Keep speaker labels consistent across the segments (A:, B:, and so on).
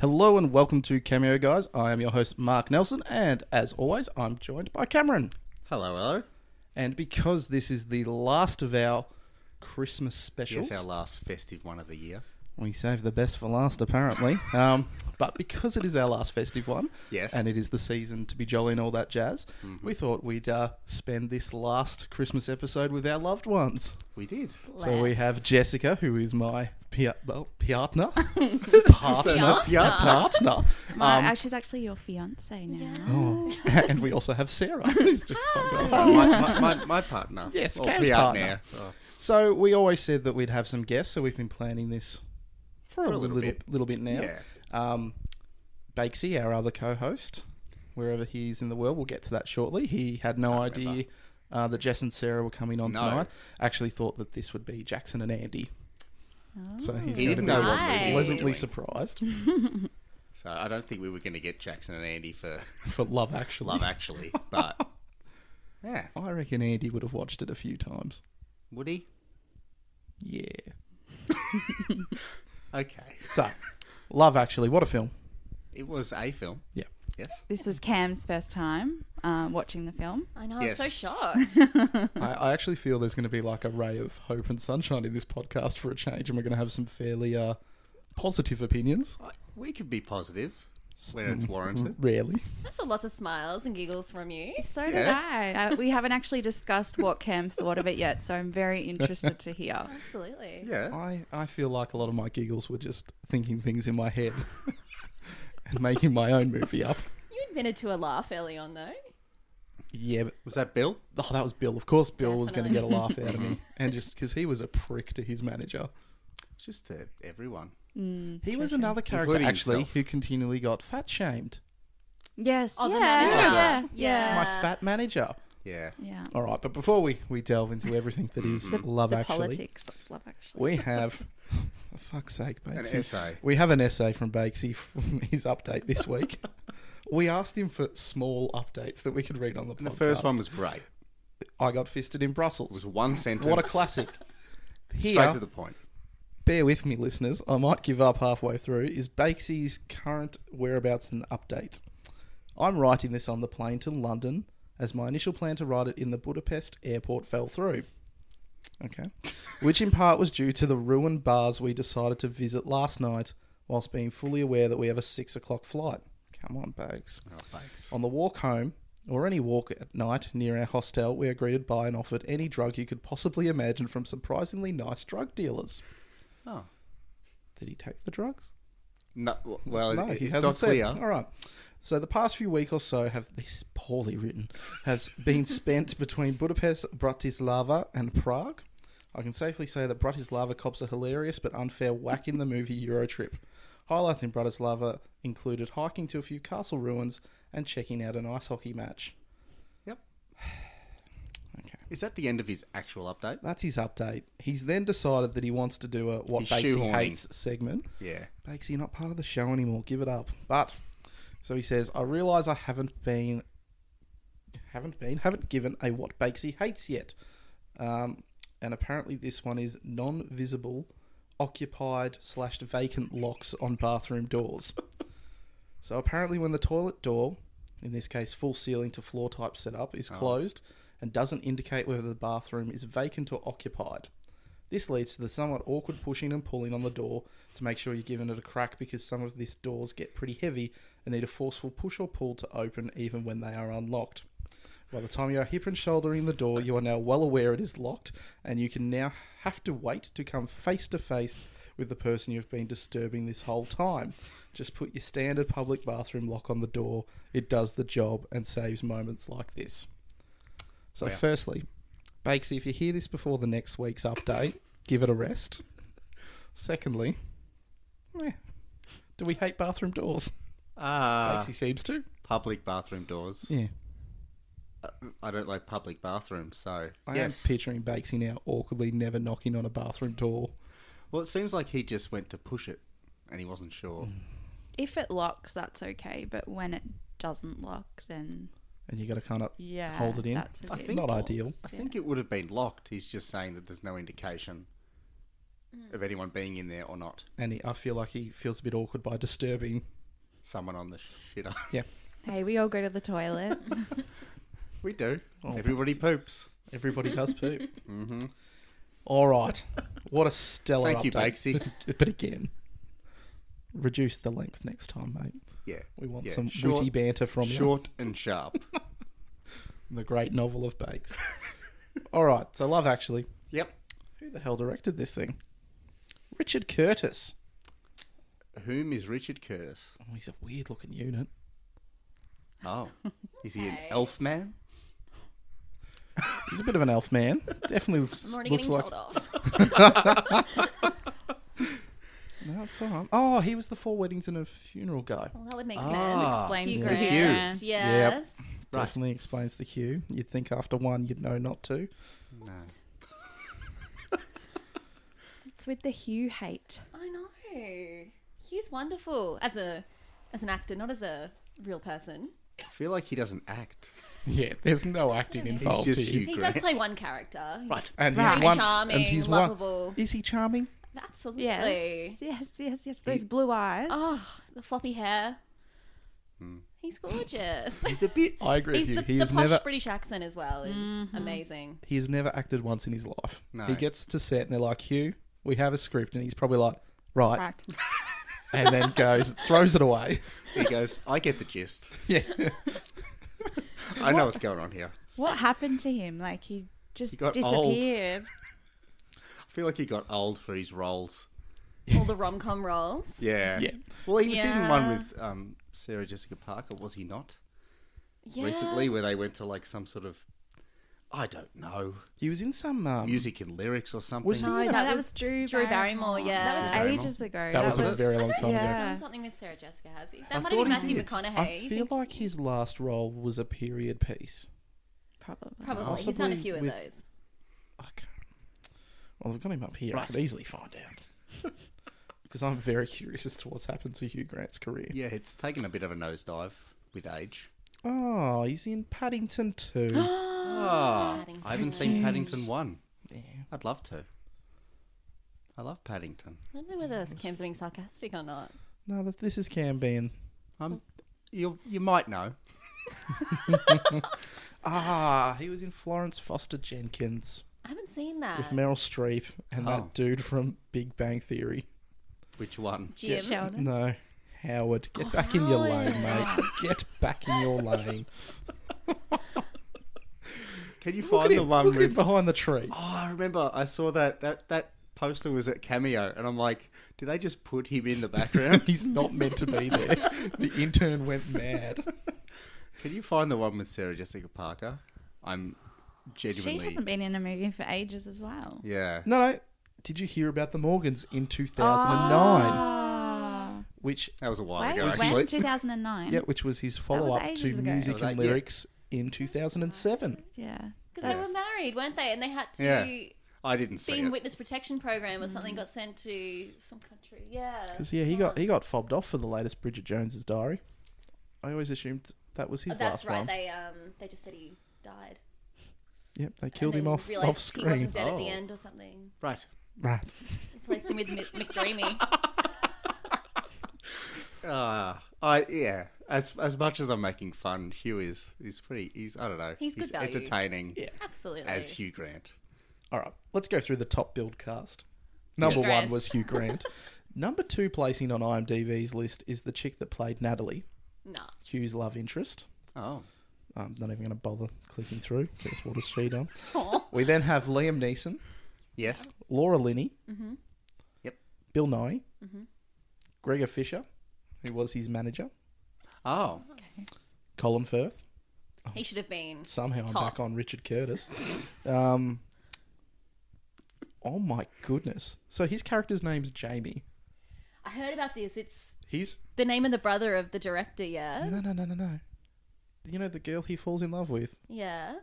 A: and welcome to Cameo Guys. I am your host, Mark Nelson, and as always, I'm joined by Cameron.
B: Hello, hello.
A: And because this is the last of our Christmas specials,
B: Yes, our last festive one of the year.
A: we saved the best for last, apparently. um, but because it is our last festive one,
B: Yes. Mm-hmm.
A: and it is the season to be jolly and all that jazz, we thought we'd uh, spend this last Christmas episode with our loved ones.
B: We did.
A: So we have Jessica, who is my pia- well, partner, partner,
C: Fiance.
A: Yeah, partner.
D: My,
A: Um,
D: uh, she's actually your fiance now.
A: Oh. and we also have Sarah, who's just fucking
B: Oh, my, my, my, my partner.
A: Yes,
B: Or
A: Cam's
B: partner. Oh,
A: So we always said that we'd have some guests, so we've been planning this for, a,
B: little
A: little, little bit,
B: bit.
A: now.
B: Yeah.
A: Um, Bakesy, our other co-host, wherever he is in the world, we'll get to that shortly. He had no idea uh, that Jess and Sarah were coming on
B: No.
A: tonight. Actually, thought that this would be Jackson and Andy. So he's
B: He
A: going to
B: didn't
A: be
B: know what
C: Nice.
B: we were
A: pleasantly
B: doing.
A: surprised
B: So I don't think we were going to get Jackson and Andy for
A: for Love Actually.
B: love, actually. But yeah,
A: I reckon Andy would have watched it a few times.
B: would he?
A: Yeah.
B: Okay.
A: So, Love Actually, what a film.
B: It was a film.
A: Yeah.
B: Yes.
D: This is Cam's first time uh, watching the film.
C: I know. I
B: Yes.
C: was so shocked.
A: I, I actually feel there's going to be like a ray of hope and sunshine in this podcast for a change, and we're going to have some fairly uh, positive opinions.
B: I- We could be positive when it's warranted.
A: Rarely.
C: That's a lot of smiles and giggles from you.
D: So did
B: Yeah.
D: I. Uh, we haven't actually discussed what Cam thought of it yet, so I'm very interested to hear.
C: Absolutely.
B: Yeah.
A: I, I feel like a lot of my giggles were just thinking things in my head and making my own movie up.
C: You admitted to a laugh early on, though.
A: Yeah, but
B: Was that Bill?
A: oh, that was Bill. Of course, Bill was going to get a
C: Definitely.
A: laugh out of me. And just because he was a prick to his manager.
B: Just to everyone.
D: Mm-hmm.
A: He was another character,
B: Including
A: actually,
B: himself.
A: who continually got fat shamed.
D: Yes.
C: Oh,
D: yeah.
C: the manager.
D: Yeah.
C: Yeah.
A: My
D: Uh.
A: fat manager.
B: Yeah.
D: Yeah.
A: All right, but before we, we delve into everything that is Love
D: the
A: Actually.
D: politics of love actually.
A: We have, for fuck's sake, Bakesy.
B: An essay.
A: We have an essay from Bakesy from his update this week. we asked him for small updates that we could read on the podcast.
B: And the first one was great.
A: I got fisted in
B: It was
A: Brussels.
B: one sentence.
A: What a classic.
B: Straight
A: Here,
B: to the point.
A: bear with me, listeners. I might give up halfway through. Is Bakesy's current whereabouts and update? I'm writing this on the plane to London, as my initial plan to write it in the Budapest airport fell through. Okay. Which in part was due to the ruined bars we decided to visit last night, whilst being fully aware that we have a six o'clock flight. Come on, Bakes.
B: Oh, thanks.
A: On the walk home, or any walk at night near our hostel, we are greeted by and offered any drug you could possibly imagine from surprisingly nice drug dealers.
B: Oh.
A: Did he take the drugs?
B: No, well,
A: No,
B: Oh, it-
A: he
B: it's
A: hasn't
B: not
A: said.
B: clear.
A: All right. So the past few week or so have this poorly written has been spent between Budapest, Bratislava, and Prague. I can safely say that Bratislava cops a hilarious but unfair whack in the movie Eurotrip. Highlights in Bratislava included hiking to a few castle ruins and checking out an ice hockey match.
B: Yep.
A: Okay.
B: Is that the end of his actual update?
A: That's his update. He's then decided that he wants to do a what
B: He's
A: Bakesy
B: shoehorning.
A: hates segment.
B: Yeah.
A: Bakes, you're not part of the show anymore. Give it up. But so he says, I realise I haven't been, haven't been, haven't given a what Bakesy hates yet. Um, and apparently this one is non-visible, occupied slash vacant locks on bathroom doors. so apparently when the toilet door, in this case full ceiling to floor type setup, is closed and doesn't indicate whether the bathroom is vacant or occupied. This leads to the somewhat awkward pushing and pulling on the door to make sure you're giving it a crack because some of these doors get pretty heavy and need a forceful push or pull to open even when they are unlocked. By the time you are hip and shouldering the door, you are now well aware it is locked and you can now have to wait to come face to face with the person you've been disturbing this whole time. Just put your standard public bathroom lock on the door. It does the job and saves moments like this. So,
B: Wow.
A: firstly, Bakesy, if you hear this before the next week's update, give it a rest. Secondly, eh, do we hate bathroom doors?
B: Ah,
A: Bakesy seems to.
B: public bathroom doors.
A: Yeah.
B: I don't like public bathrooms, so
A: I
B: yes.
A: am picturing Bakesy now awkwardly never knocking on a bathroom door.
B: well, it seems like he just went to push it, and he wasn't sure.
D: If it locks, that's okay, but when it doesn't lock, then
A: And you got to kind of
D: yeah,
A: hold it in.
D: That's a
B: I
D: bit
B: think-
A: Not ideal.
B: I think it would have been locked. He's just saying that there's no indication
A: Mm.
B: of anyone being in there or not.
A: And he, I feel like he feels a bit awkward by disturbing
B: someone on the shitter.
A: Yeah.
D: Hey, we all go to the toilet.
B: We do.
A: Oh,
B: Everybody poops.
A: Everybody does poop. All right. What a stellar
B: Mm-hmm. Thank you,
A: update.
B: Bakesy.
A: But, but again, reduce the length next time, mate.
B: Yeah.
A: We want
B: yeah.
A: some
B: Short-
A: witty banter from you.
B: Short and sharp.
A: The great novel of Bakes. All right. So, Love Actually.
B: yep.
A: Who the hell directed this thing? Richard Curtis.
B: Whom is Richard Curtis?
A: Oh, he's a weird looking unit.
B: Oh. Is he an
C: Okay.
B: elf man?
A: He's a bit of an elf man. Definitely looks,
C: I'm already
A: looks
C: getting
A: like.
C: told off.
A: No, it's all right. Oh, he was the Four Weddings and a Funeral guy.
C: Well, that would make
A: Oh.
B: Ah.
C: sense.
D: Explains
C: Hugh
D: the
C: Grant,
B: Hughes.
C: Yes.
B: Right.
A: Definitely explains the hue. You'd think after one you'd know not to.
B: No.
D: it's with the hue hate.
C: I know. He's wonderful as a as an actor, not as a real person.
B: I feel like he doesn't act.
A: Yeah, there's no acting involved
B: just
A: here.
B: Hugh
C: He does
B: Grant.
C: play one character. He's
B: Right.
A: And
D: Right.
A: he's one.
C: Charming,
A: and he's
C: lovable.
A: One. Is he charming?
C: Absolutely.
D: Yes. Yes, yes, yes. Those
B: He-
D: blue eyes.
C: Oh, the floppy hair.
A: Hmm.
C: He's gorgeous.
B: He's a bit.
A: I agree
C: He's the,
A: with you.
C: the
A: He's
C: posh
A: never.
C: British accent as well is
D: Mm-hmm.
C: amazing.
A: He has never acted once in his life.
B: No.
A: He gets to set and they're like, Hugh, we have a script, and he's probably like, right,
D: Right.
A: and then goes throws it away.
B: He goes, I get the gist.
A: yeah,
B: I know what's going on here.
D: What happened to him? Like he just
B: got old.
D: disappeared.
B: I feel like he got old for his roles.
C: All the rom com roles.
B: Yeah.
A: Yeah.
B: Well, he was in one
C: Yeah.
B: with um, Sarah Jessica Parker, was he not?
C: Yeah.
B: Recently, where they went to like some sort of, I don't know,
A: he was in some um,
B: music and lyrics or something.
A: Was he-
C: No,
A: No,
C: that,
D: that
C: was
D: was Drew
C: Drew Barrymore.
D: Barrymore.
C: Yeah.
D: That was
B: Drew Barrymore.
D: ages ago.
A: That was a very
C: I
A: long
C: don't
A: time
C: know if
A: ago.
C: he's
D: Yeah.
C: done something with Sarah Jessica, has he? That
B: thought
C: might have
B: he
C: been Matthew
B: did.
C: McConaughey.
A: I feel like his last role was a period piece.
D: probably.
C: Probably. He's done
A: possibly
C: a few of
A: with-
C: those.
A: I can't. Well, I've got him up here. I could easily find out. Because I'm very curious as to what's happened to Hugh Grant's career.
B: Yeah, it's taken a bit of a nosedive with age.
A: Oh, he's in Paddington too. yeah. uh,
B: Ah,
C: Paddington.
B: I haven't seen Paddington 1. I'd love to. I love Paddington.
C: I don't know whether Cam's being sarcastic or not.
A: No, th- this is Cam being.
B: I'm, you, you might know.
A: Ah, he was in Florence Foster Jenkins
C: I haven't seen that.
A: with Meryl Streep and
B: Oh.
A: that dude from Big Bang Theory.
B: Which one?
C: Jim.
D: Sheldon.
A: No, Howard, get back in your lane, mate. Get back in your lane.
B: Can you
A: Look at
B: find the
A: him,
B: one
A: look at him
B: with. Oh,
A: behind the tree.
B: I remember. I saw that. That, that poster was at Cameo, and I'm like, did they just put him in the background?
A: He's not meant to be there. The intern went mad.
B: Can you find the one with Sarah Jessica Parker? I'm
D: She
B: genuinely.
D: hasn't been in a movie for ages as well.
B: Yeah.
A: No, no. Did you hear about the Morgans in 2009?
D: Ah.
A: Which
B: That was a while
D: Wait,
B: ago,
D: when?
B: actually.
D: 2009.
A: yeah, which was his
D: was
A: follow up to
D: ages ago.
A: music
B: That was
A: and
B: like- yeah.
A: lyrics in 2007.
D: Yeah.
C: Because they were married, weren't they? And they had to
B: Yeah.
C: be
B: I didn't see
C: in
B: it.
C: witness protection program or something. Got sent to some country. Yeah.
A: Because yeah, he got he got fobbed off for the latest Bridget Jones's Diary. I always assumed that was
C: Oh,
A: his
C: that's
A: last
C: right.
A: one.
C: They um they just said he died.
A: Yep, they killed
C: and
A: him
C: then
A: off
C: realised
A: off
C: He
A: screen.
C: wasn't dead at the
B: Oh.
C: end or something.
B: Right.
A: Right.
C: Replaced him with Mc- McDreamy.
B: Uh, I yeah. As as much as I'm making fun, Hugh is is pretty. He's I don't know.
C: He's good value.
B: entertaining
C: Absolutely.
B: as Hugh Grant.
A: All right, let's go through the top build cast. Number
C: Yes.
A: one
C: Grant.
A: was Hugh Grant. Number two placing on IMDb's list is the chick that played Natalie,
C: Nah.
A: Hugh's love interest.
B: Oh,
A: I'm not even going to bother clicking through because what has she done?
C: Aw.
A: We then have Liam Neeson,
B: yes.
A: Laura Linney,
C: Mm-hmm.
B: Yep.
A: Bill Nye, Gregor Fisher, who was his manager,
B: Oh,
A: Colin Firth. Oh.
C: He should have been.
A: Somehow I'm
C: Top.
A: back on Richard Curtis. um, oh my goodness! So his character's name's Jamie.
C: I heard about this. It's
A: He's
C: the name of the brother of the director. Yeah.
A: no, no, no, no, no. You know the girl he falls in love with.
C: Yeah.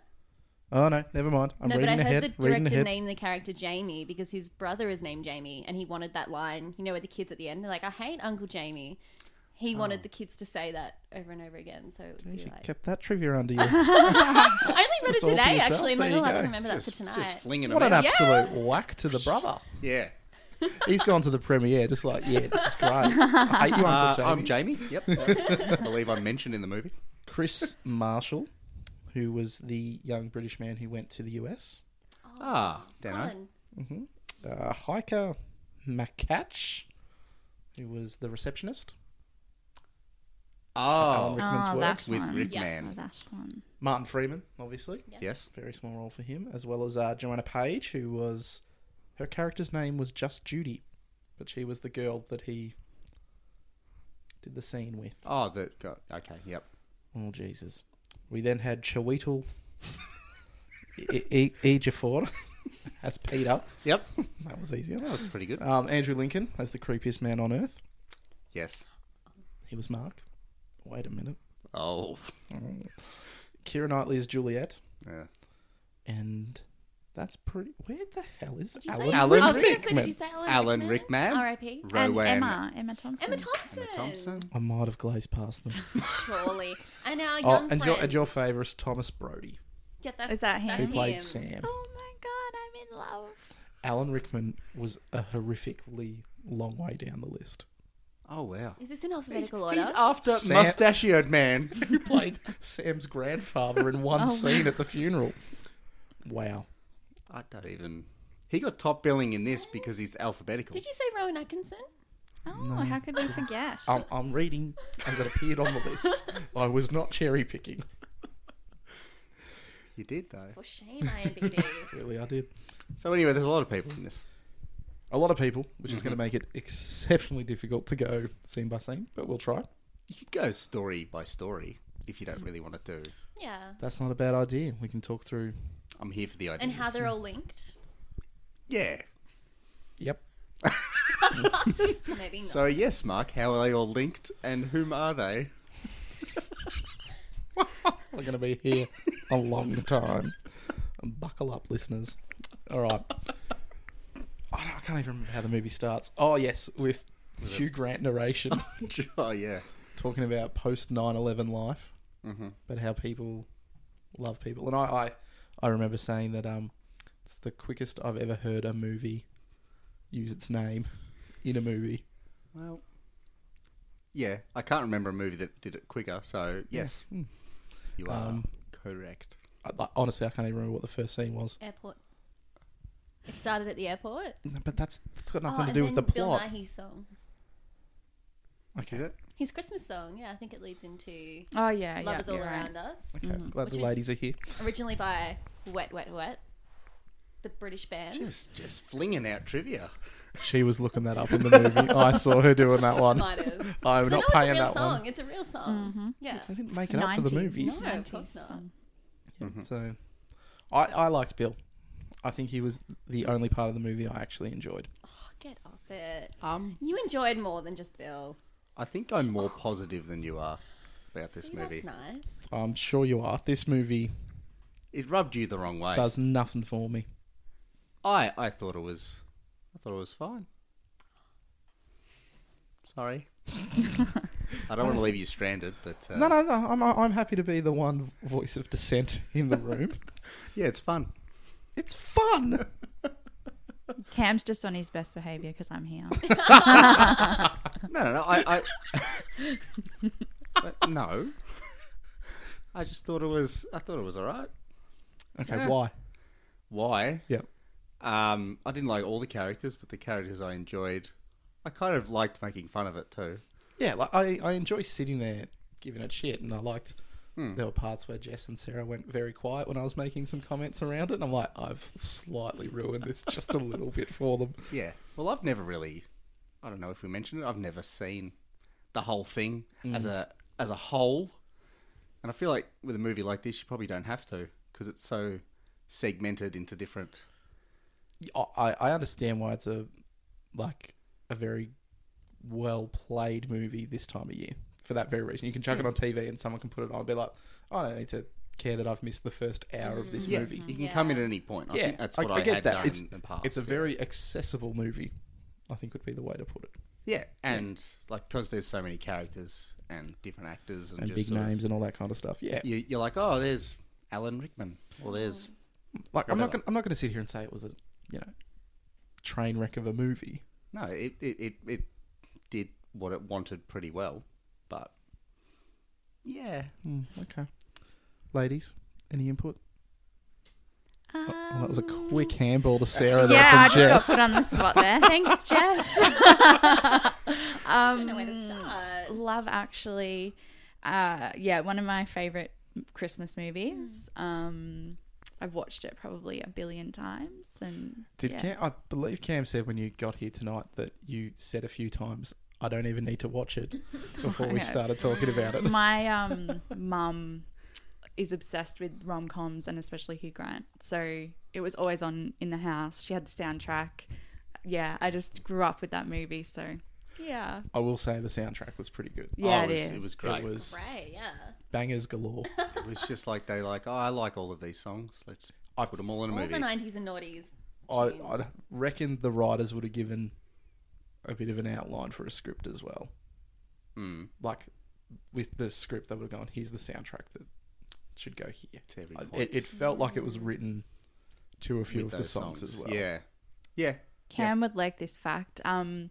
A: Oh no, never mind. I'm
C: no, but I
A: reading ahead.
C: heard the
A: reading
C: director
A: ahead.
C: named the character Jamie because his brother is named Jamie, and he wanted that line. You know, where the kids at the end they're like, "I hate Uncle Jamie." He
A: Oh.
C: wanted the kids to say that over and over again. So it would
A: You
C: be
A: should
C: like,
A: kept that trivia under you.
C: I only read it
A: Just all to
C: today.
A: yourself.
C: actually, I'm like,
A: There
C: oh,
A: you
C: I have
A: go.
C: to remember
B: just,
C: that for tonight.
B: just flinging
A: what
B: him
A: an
B: out.
A: absolute whack to the brother.
B: Yeah.
A: He's gone to the premiere, just like, yeah, this is great. I hate you, Uncle
B: Uh,
A: Jamie.
B: I'm Jamie. Yep. I believe I'm mentioned in the movie.
A: Chris Marshall, who was the young British man who went to the US.
B: Ah, Dano.
C: Colin.
A: Uh, hiker Macatch, who was the receptionist. Alan
B: Oh,
A: Rickman's
D: Ah,
A: work.
D: that
B: with
D: one.
C: Yeah.
D: Oh,
B: Rickman.
D: that one.
A: Martin Freeman, obviously.
B: Yes.
A: Very small role for him, as well as uh, Joanna Page, who was. Her character's name was Just Judy, but she was the girl that he did the scene with.
B: Oh, the God. Okay. Yep.
A: Oh, Jesus. We then had Chiwetel E- E- Ejiofor as Peter.
B: Yep.
A: That was easier.
B: That was pretty good.
A: Um, Andrew Lincoln as the creepiest man on earth.
B: Yes.
A: He was Mark. Wait a minute.
B: Oh.
A: Kira Knightley as Juliet.
B: Yeah.
A: And that's pretty. Where the hell is
C: Did you
A: Alan,
C: say
B: Alan
C: I was gonna say,
A: Rickman?
C: did you say Alan,
B: Alan
C: Rickman?
B: Rickman.
C: R.I.P.
D: And
B: Rowan.
D: Emma. Emma Thompson.
C: Emma Thompson.
B: Emma Thompson.
A: I might have glazed past them.
C: Surely. And our young
A: oh,
C: friend.
A: and your, and your favourite is Thomas Brody,
C: Yeah, that's,
D: Is that him?
A: who
C: that's
A: played
C: him.
A: Sam.
D: Oh my god, I'm in love.
A: Alan Rickman was a horrifically long way down the list.
B: Oh wow.
C: Is this in alphabetical order?
B: He's after
A: Sam-
B: mustachioed man.
A: Who played Sam's grandfather in
C: Oh.
A: one scene at the funeral? Wow.
B: I don't even. He got top billing in this because he's alphabetical.
C: Did you say Rowan Atkinson?
D: Oh, how could we forget?
A: I'm, I'm reading as it appeared on the list. I was not cherry picking.
B: You did though.
C: For shame, IMDb.
A: Really, I did.
B: So anyway, there's a lot of people in this.
A: A lot of people, which is going to make it exceptionally difficult to go scene by scene, but we'll try.
B: You could go story by story if you don't really want to do.
C: yeah.
A: That's not a bad idea. We can talk through.
B: I'm here for the ideas.
C: And how they're all linked?
B: Yeah.
A: Yep.
C: Maybe not.
B: So yes, Mark, how are they all linked and whom are they?
A: We're going to be here a long time. Buckle up, listeners. All right. I, don't- I can't even remember how the movie starts. Oh, yes, with Hugh Grant narration
B: oh yeah.
A: talking about post 9 11 life, but how people love people. And I, I, I remember saying that um, it's the quickest I've ever heard a movie use its name in a movie.
B: Well. Yeah, I can't remember a movie that did it quicker. So yes, you are
A: Hmm. Um,
B: correct.
A: I, like, honestly, I can't even remember what the first scene was.
C: airport. It started at the airport.
A: No, But that's that's got
C: oh,
A: nothing to
C: and
A: do with the
C: then
A: plot.
C: Bill Nighy's song.
B: Is
A: Okay,
B: it?
C: His Christmas song. Yeah, I think it leads into
D: Oh yeah,
C: Love
D: yeah,
C: is All
D: you're right.
C: Around Us.
A: okay. Mm. glad
C: Which
A: the
C: is-
A: ladies are here.
C: Originally by Wet Wet Wet, the British band.
B: Just just flinging out trivia.
A: She was looking that up in the movie. I saw her doing that one.
C: Might have.
A: I'm
C: So
A: not
C: no,
A: paying
C: it's a real
A: that
C: song.
A: one.
C: It's a real song. Yeah.
A: They didn't make it up for the
D: 90s.
A: movie.
C: No, of course
D: 90s
C: not.
D: song.
C: Mm-hmm.
A: So, I I liked Bill. I think he was the only part of the movie I actually enjoyed.
C: Oh, get off it.
B: Um,
C: You enjoyed more than just Bill.
B: I think I'm more positive than you are about this
C: See,
B: movie.
C: that's nice.
A: I'm sure you are. This movie
B: It rubbed you the wrong way.
A: does nothing for me.
B: I I thought it was I thought it was fine. Sorry. I don't want to leave you stranded, but uh,
A: No, no, no. I'm I'm happy to be the one voice of dissent in the room.
B: yeah, it's fun.
A: it's fun.
D: Cam's just on his best behavior because I'm here.
B: No, no, no. I, I But no. I just thought it was. I thought it was all right.
A: Okay,
B: Yeah.
A: why?
B: Why?
A: Yep.
B: Um, I didn't like all the characters, but the characters I enjoyed. I kind of liked making fun of it too.
A: Yeah, like I, I enjoy sitting there giving it shit, and I liked
B: Hmm.
A: there were parts where Jess and Sarah went very quiet when I was making some comments around it, and I'm like, I've slightly ruined this just a little bit for them.
B: Yeah. Well, I've never really. I don't know if we mentioned it. I've never seen the whole thing
A: Mm.
B: as a as a whole, and I feel like with a movie like this, you probably don't have to because it's so segmented into different.
A: I, I understand why it's a like a very well played movie this time of year for that very reason. You can
B: Hmm.
A: chuck it on TV and someone can put it on and be like, I don't need to care that I've missed the first hour of this
B: Hmm. Yeah,
A: movie.
B: you can come in at any point. I
A: Yeah,
B: think that's what I,
A: get
B: had
A: that.
B: done
A: it's,
B: in the past.
A: it's a
B: yeah.
A: very accessible movie. I think would be the way to put it.
B: yeah, and like because there's so many characters and different actors and,
A: And
B: just
A: big
B: sort of-
A: names and all that kind of stuff. Yeah,
B: you, you're like, oh, there's Alan Rickman, or there's
A: Like I'm not
B: Whatever.
A: gonna, I'm not going to sit here and say it was a you know train wreck of a movie.
B: No, it, it, it, it did what it wanted pretty well, but yeah.
A: Hmm, okay. Ladies, any input? Oh, Well, that was a
D: Um,
A: quick handball to Sarah there
D: Yeah, I
A: from
D: just
A: Jess.
D: got put on the spot there. Thanks, Jess.
C: I don't know where to start.
D: Love Actually. Uh, yeah, one of my favorite Christmas movies. Um, I've watched it probably a billion times, and
A: Did
D: yeah.
A: Cam? I believe Cam said when you got here tonight that you said a few times, "I don't even need to watch it," before we
D: Okay.
A: started talking about it.
D: my um mum is obsessed with rom coms and especially Hugh Grant, so it was always on in the house. She had the soundtrack. Yeah, I just grew up with that movie, so yeah,
A: I will say the soundtrack was pretty good.
D: yeah,
B: Oh,
D: it
B: it, was,
D: is.
B: it was great.
A: It was
C: Right, yeah.
A: bangers galore.
B: It was just like they like, oh, I like all of these songs. Let's I put them all in a
C: All
B: movie.
C: the 90s and noughties.
A: I,
C: tunes.
A: I reckon the writers would have given a bit of an outline for a script as well.
B: Mm.
A: Like with the script, they would have gone, "Here's the soundtrack that should go here."
B: To every
A: I-
B: point.
A: It, it felt like it was written to a few
B: with
A: of the
B: those
A: songs, as well.
B: Yeah, yeah.
D: Cam would like this fact. Um,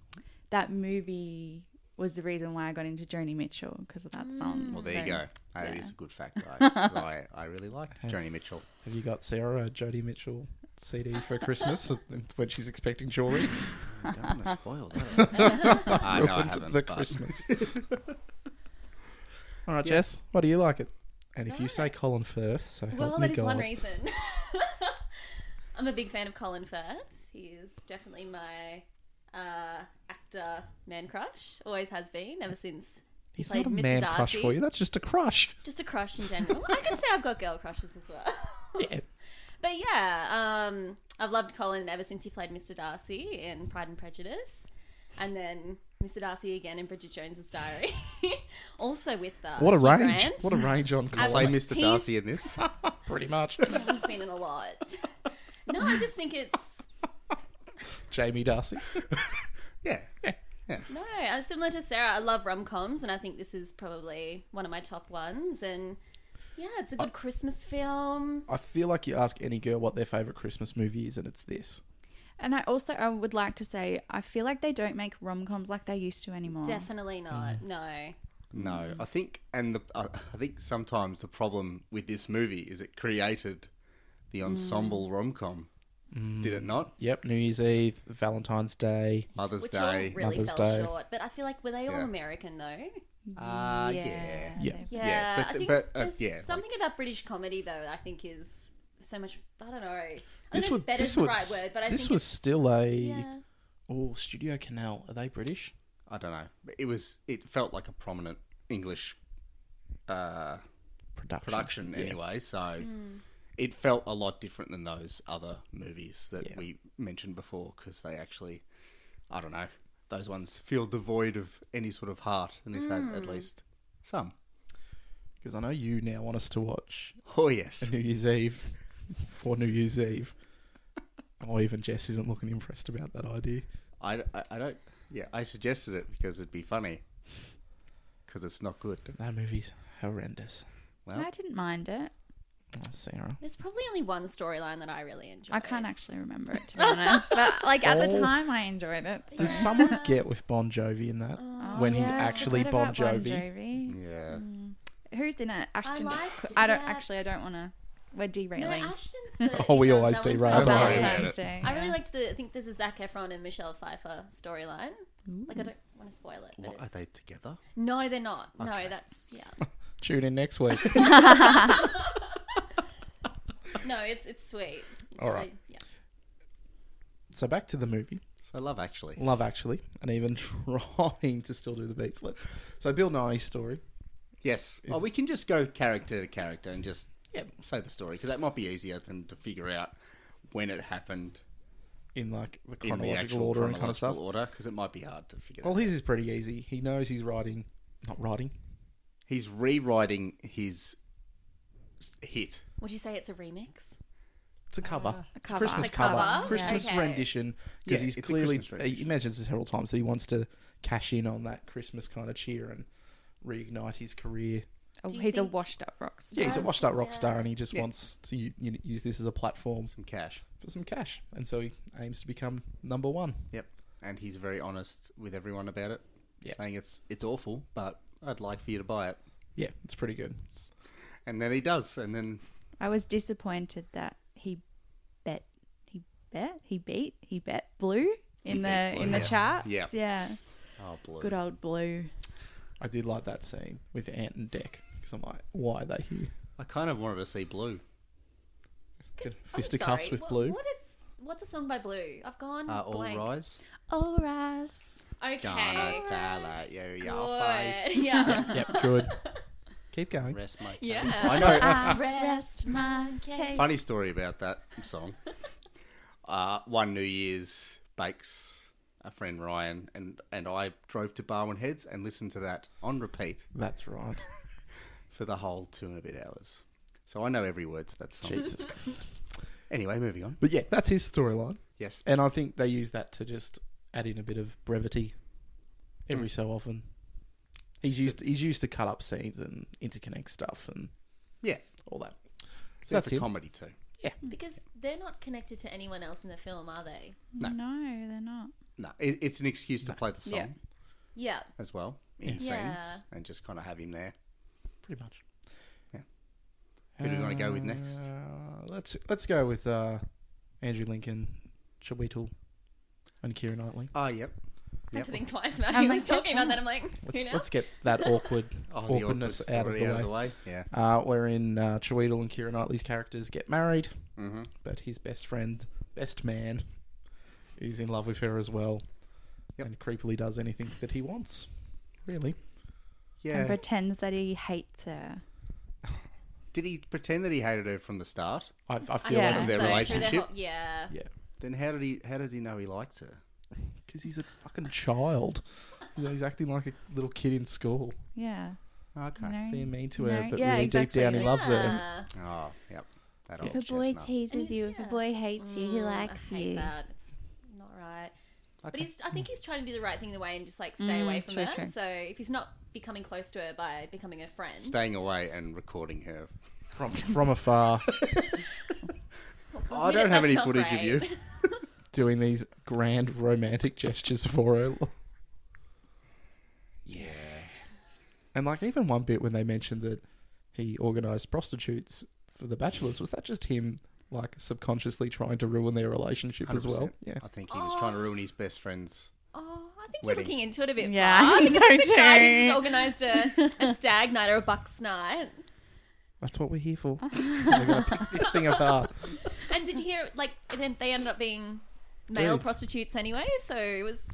D: that movie was the reason why I got into Joni Mitchell because of that song.
C: Mm.
B: Well, there you
D: So,
B: go. That is
D: yeah.
B: a good fact, right? 'Cause I, I really like Joni Mitchell.
A: Have you got Sarah a Jody Mitchell CD for Christmas when she's expecting jewelry?
B: I don't want to spoil that. I know I
A: Ruined
B: haven't.
A: the
B: but-
A: Christmas. All right, Jess, why do you like it? And if you say Colin Firth, so help
C: Well,
A: me
C: that is
A: God.
C: one reason. I'm a big fan of Colin Firth. He is definitely my uh, actor man crush. Always has been, ever since he
A: He's
C: played
A: not a
C: Mr.
A: man
C: Darcy.
A: crush for you. That's just a crush.
C: Just a crush in general. I can say I've got girl crushes as well.
A: Yeah.
C: But yeah, um, I've loved Colin ever since he played Mr. Darcy in Pride and Prejudice, and then Mr. Darcy again in Bridget Jones's Diary. also with uh,
A: What a
C: Hugh
A: range!
C: Grant.
A: What a range on Colin.
B: Play
C: Absolutely.
B: Mr.
C: He's-
B: Darcy in this.
A: Pretty much,
C: He's been in a lot. No, I just think it's
A: Jamie Darcy.
B: Yeah.
C: No, I'm similar to Sarah. I love rom coms, and I think this is probably one of my top ones. And yeah, it's
D: Uh,
C: a good Christmas film.
A: I feel like you ask any girl what their favorite Christmas movie is, and it's this.
D: And I also I would like to say I feel like they don't make rom coms like they used to anymore.
C: Definitely
D: Mm.
C: not. No.
B: No, I think, and the, I I think sometimes the problem with this movie is it created the
C: Mm.
B: ensemble rom com. Did it not?
A: Yep, New Year's Eve, Valentine's Day.
B: Mother's
C: Which all
B: Day.
C: really
A: Mother's
C: fell
A: Day.
C: short. But I feel like were they all
B: Yeah.
C: American though?
B: Ah, yeah.
A: Yeah.
D: they've-
C: Yeah.
B: but
C: I
B: the-
C: think
B: but, uh,
C: there's
B: yeah, like-
C: something about British comedy though that I think is so much I don't know. I don't
A: This
C: know
A: was
C: if better
A: this
C: is the
A: was
C: right word, but I
A: this
C: think
A: was
C: it's,
A: still a
C: yeah.
A: oh Studio Canal. Are they British?
B: I don't know. But It was. It felt like a prominent English uh,
A: Production.
B: production anyway, so it felt a lot different than those other movies that
A: Yeah.
B: we mentioned before because they actually, I don't know, those ones feel devoid of any sort of heart, and this had at least some.
A: Because I know you now want us to watch
B: Oh yes,
A: New Year's Eve for New Year's Eve. Oh, even Jess isn't looking impressed about that idea.
B: I, I, I don't. Yeah, I suggested it because it'd be funny. Because it's not good.
A: That movie's horrendous.
B: Well,
D: I didn't mind it.
A: Oh, Sarah.
C: There's probably only one storyline that I really enjoy.
D: I can't actually remember it to be honest, but like at the
A: Oh.
D: time I enjoyed it. so-
A: Does someone get with Bon Jovi in that when he's
D: Oh, Yeah, I
A: actually
D: forgot
A: Bon
D: about
A: Jovi?
D: Jovi.
B: yeah.
D: Who's in it? Ashton. I,
C: liked
D: don't
C: that.
D: actually. I don't want to. We're
C: No,
D: derailing.
C: Ashton's the,
A: Oh, we
C: um,
A: always
C: Valentine's
A: derail.
B: Don't worry
C: Day.
B: about
D: Valentine's
B: it.
D: Day,
C: I really
D: yeah.
C: liked the. I think this is Zac Efron and Michelle Pfeiffer storyline. Like I don't want to spoil it. But
B: What are
C: it's,
B: they together?
C: no, they're not. No, that's yeah.
A: Tune in next week.
C: No, it's it's sweet. It's
A: All
C: really-
A: right.
C: Yeah.
A: so back to the movie.
B: So Love Actually.
A: Love Actually, and even trying to still do the beats. Let's. So Bill Nye's story.
B: Yes. Oh, we can just go character to character and just
A: Yep.
B: say the story because that might be easier than to figure out when it happened
A: in like the
B: in
A: chronological
B: the actual
A: order
B: chronological
A: and kind of stuff.
B: order because it might be hard to figure.
A: Well,
B: that out.
A: his is pretty easy. He knows he's writing, not writing.
B: He's rewriting his s- hit.
C: Would you say it's a remix?
A: It's a cover. it's a
D: cover.
A: Christmas
D: It's
C: a
A: cover.
C: cover?
A: Christmas
C: Okay.
A: rendition because
B: Yeah,
A: he's
B: it's a
A: clearly
B: Christmas
A: he
B: rendition.
A: mentions this several times that he wants to cash in on that Christmas kind of cheer and reignite his career.
D: Oh,
C: Do you
D: he's a
C: think-
D: washed-up rock star.
A: Yeah, he's a
C: Yes,
A: washed-up rock
C: yeah.
A: star, and he just wants to u- u- use this as a platform
B: Some cash.
A: for for some cash, and so he aims to become number one.
B: Yep. And he's very honest with everyone about it.
A: Yeah.
B: Saying it's it's awful, but I'd like for you to buy it.
A: Yeah, it's pretty good.
B: And then he does, and then
D: I was disappointed that he bet he bet he beat he bet blue in the in the charts.
B: Yeah.
D: yeah.
B: oh blue.
D: Good old blue.
A: I did like that scene with Ant and Deck because I'm like, why are they here?
B: I kind of wanted to see blue.
C: I'm
A: Fisticuffs
C: sorry,
A: with
C: what-
A: Blue.
C: What is what's a song by Blue? I've gone
B: Uh, all
C: blank.
B: rise.
D: All rise.
C: Okay.
B: Gonna tell it, you, your
C: Good.
B: face.
C: Yeah.
A: Yep, good. Keep going.
B: Rest my case.
C: Yeah.
B: I know.
D: I rest my case.
B: Funny story about that song. Uh, one New Year's bakes a friend Ryan and and I drove to Barwon Heads and listened to that on repeat
A: That's right.
B: for the whole two and a bit hours. So I know every word to that song.
A: Jesus. Christ.
B: Anyway, moving on.
A: But yeah, that's his storyline,
B: Yes.
A: and I think they use that to just add in a bit of brevity every so often. He's used he's used to cut up scenes and interconnect stuff and
B: Yeah.
A: all that.
B: So
A: That's
B: that's a
A: him.
B: comedy too.
C: Because they're not connected to anyone else in the film, are they?
B: No.
D: No, they're not.
B: No, it, it's an excuse to play the song
D: Yeah.
C: Yeah.
B: as well in scenes
C: Yeah.
B: and just kind of have him there.
A: Pretty much.
B: Yeah. Who do we wanna go with next?
A: Uh, let's let's go with uh, Andrew Lincoln, Chiwetel, and Kieran Knightley.
B: Ah, yep.
C: I
B: Yep.
C: had to think twice about
D: I'm
C: who
D: like,
C: was talking
D: yes,
C: about that. I'm like, who
A: Let's,
C: now?
A: let's get that awkward
B: Oh, the awkward
A: awkwardness out of the
B: story
A: way.
B: Yeah.
A: Uh, wherein uh, Chiwetel and Kieran Knightley's characters get married,
B: Mm-hmm.
A: but his best friend, best man, is in love with her as well,
B: Yep.
A: and creepily does anything that he wants. Really?
D: And
B: Yeah.
D: pretends that he hates her.
B: Did he pretend that he hated her from the start?
A: I, I
C: I
A: feel
D: Yeah.
A: like
C: guess
B: their
C: so, through
B: relationship.
C: whole- yeah.
A: yeah,
B: Then how did he? How does he know he likes her?
A: because he's a fucking child. He's- He's acting like a little kid in school,
D: Yeah.
B: Okay.
D: No.
A: being mean to
D: No,
A: her, but
D: yeah,
A: really
D: exactly.
A: deep down he loves her.
C: Yeah.
B: Oh, yep. That old
D: If a boy
B: chestnut.
D: teases you, if a
C: yeah.
D: boy hates you, he
C: Mm,
D: likes
C: I hate
D: you.
C: That. It's not right. But
B: Okay.
C: he's, I think he's trying to do the right thing in the way and just like stay
D: Mm,
C: away from
D: true,
C: her.
D: true.
C: So if he's not becoming close to her by becoming her friend,
B: Staying away and recording her.
A: from from afar,
C: Well, God,
B: I don't have
C: that's
B: any
C: not
B: footage of you.
C: great.
A: doing these grand romantic gestures for her.
B: Yeah.
A: And like even one bit when they mentioned that he organised prostitutes for the bachelors, was that just him like subconsciously trying to ruin their relationship as well? Yeah.
B: I think he was trying to ruin his best friend's.
C: Oh, I think
B: Wedding.
C: you're looking into it a bit.
D: Yeah,
C: far.
D: I think
C: Because
D: so
C: this guy who's
D: too.
C: organised a, a stag night or a bucks night.
A: That's what we're here for. We're gonna pick this thing apart.
C: And did you hear? Like, and then they ended up being male
A: Dudes.
C: prostitutes anyway, so it was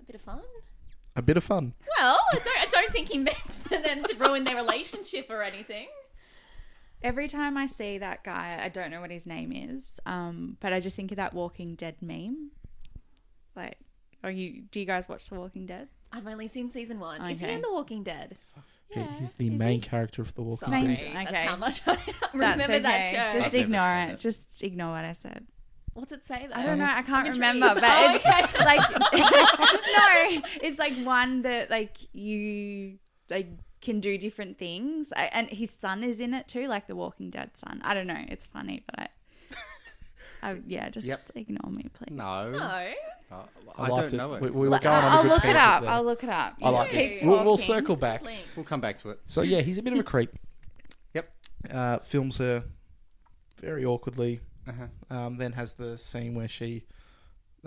C: a bit of fun.
A: A bit of fun.
C: Well, I don't, I don't think he meant for them to ruin their relationship or anything.
D: Every time I see that guy, I don't know what his name is, um, but I just think of that Walking Dead meme. Like, are you? Do you guys watch The Walking Dead?
C: I've only seen season one. Is he
D: Okay.
C: in The Walking Dead?
A: He-
D: Yeah,
A: He's the
D: is
A: main
D: he?
A: character of the Walking
C: Sorry,
D: Main-
A: Dead.
D: okay.
C: that's how much I remember
D: okay.
C: that show.
D: Just
B: I've never
D: ignore
B: seen
D: it.
B: it.
D: Just ignore what I said.
C: What's it say? Though?
A: Oh,
D: I don't know. I can't
C: Which
D: remember,
C: reads-
D: but
C: Oh,
D: it's
C: okay.
D: like no, it's like one that like you like can do different things, I, and his son is in it too, like the Walking Dead son. I don't know. It's funny, but I, I yeah, just
B: Yep.
D: ignore me, please.
B: No.
C: No.
B: I,
A: I
B: I
A: liked
B: don't know it.
A: We, we were
D: Like,
A: going on a
D: I'll
A: good
D: look it
A: tangent
D: up.
A: there.
D: I'll look it up.
A: I like
D: You
A: this.
D: keep
A: We'll, we'll
D: talking.
A: circle back.
C: Link.
B: We'll come back to it.
A: So yeah, he's a bit of a creep.
B: Yep.
A: Uh, films her very awkwardly.
B: Uh-huh.
A: um, then has the scene where she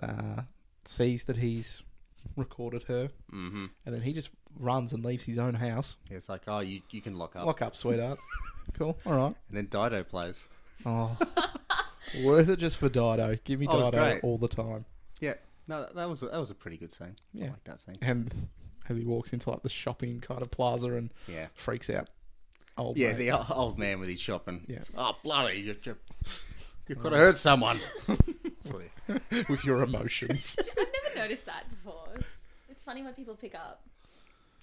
A: uh, sees that he's recorded her,
B: Mm-hmm.
A: and then he just runs and leaves his own house.
B: It's like, oh, you, you can lock up.
A: Lock up, sweetheart. cool. All right.
B: And then Dido plays.
A: Oh, worth it just for Dido. Give me
B: Oh, it's
A: Dido
B: great.
A: all the time.
B: Yeah. No, that- that was a, that was a pretty good scene.
A: Yeah.
B: I like that scene.
A: And as he walks into like the shopping kind of plaza and
B: Yeah.
A: freaks out. Oh,
B: Yeah, the o- old man with his shopping.
A: Yeah.
B: Oh, bloody. You, you, you could have hurt someone. Sorry.
A: with your emotions.
C: I've never noticed that before. It's- It's funny what people pick up.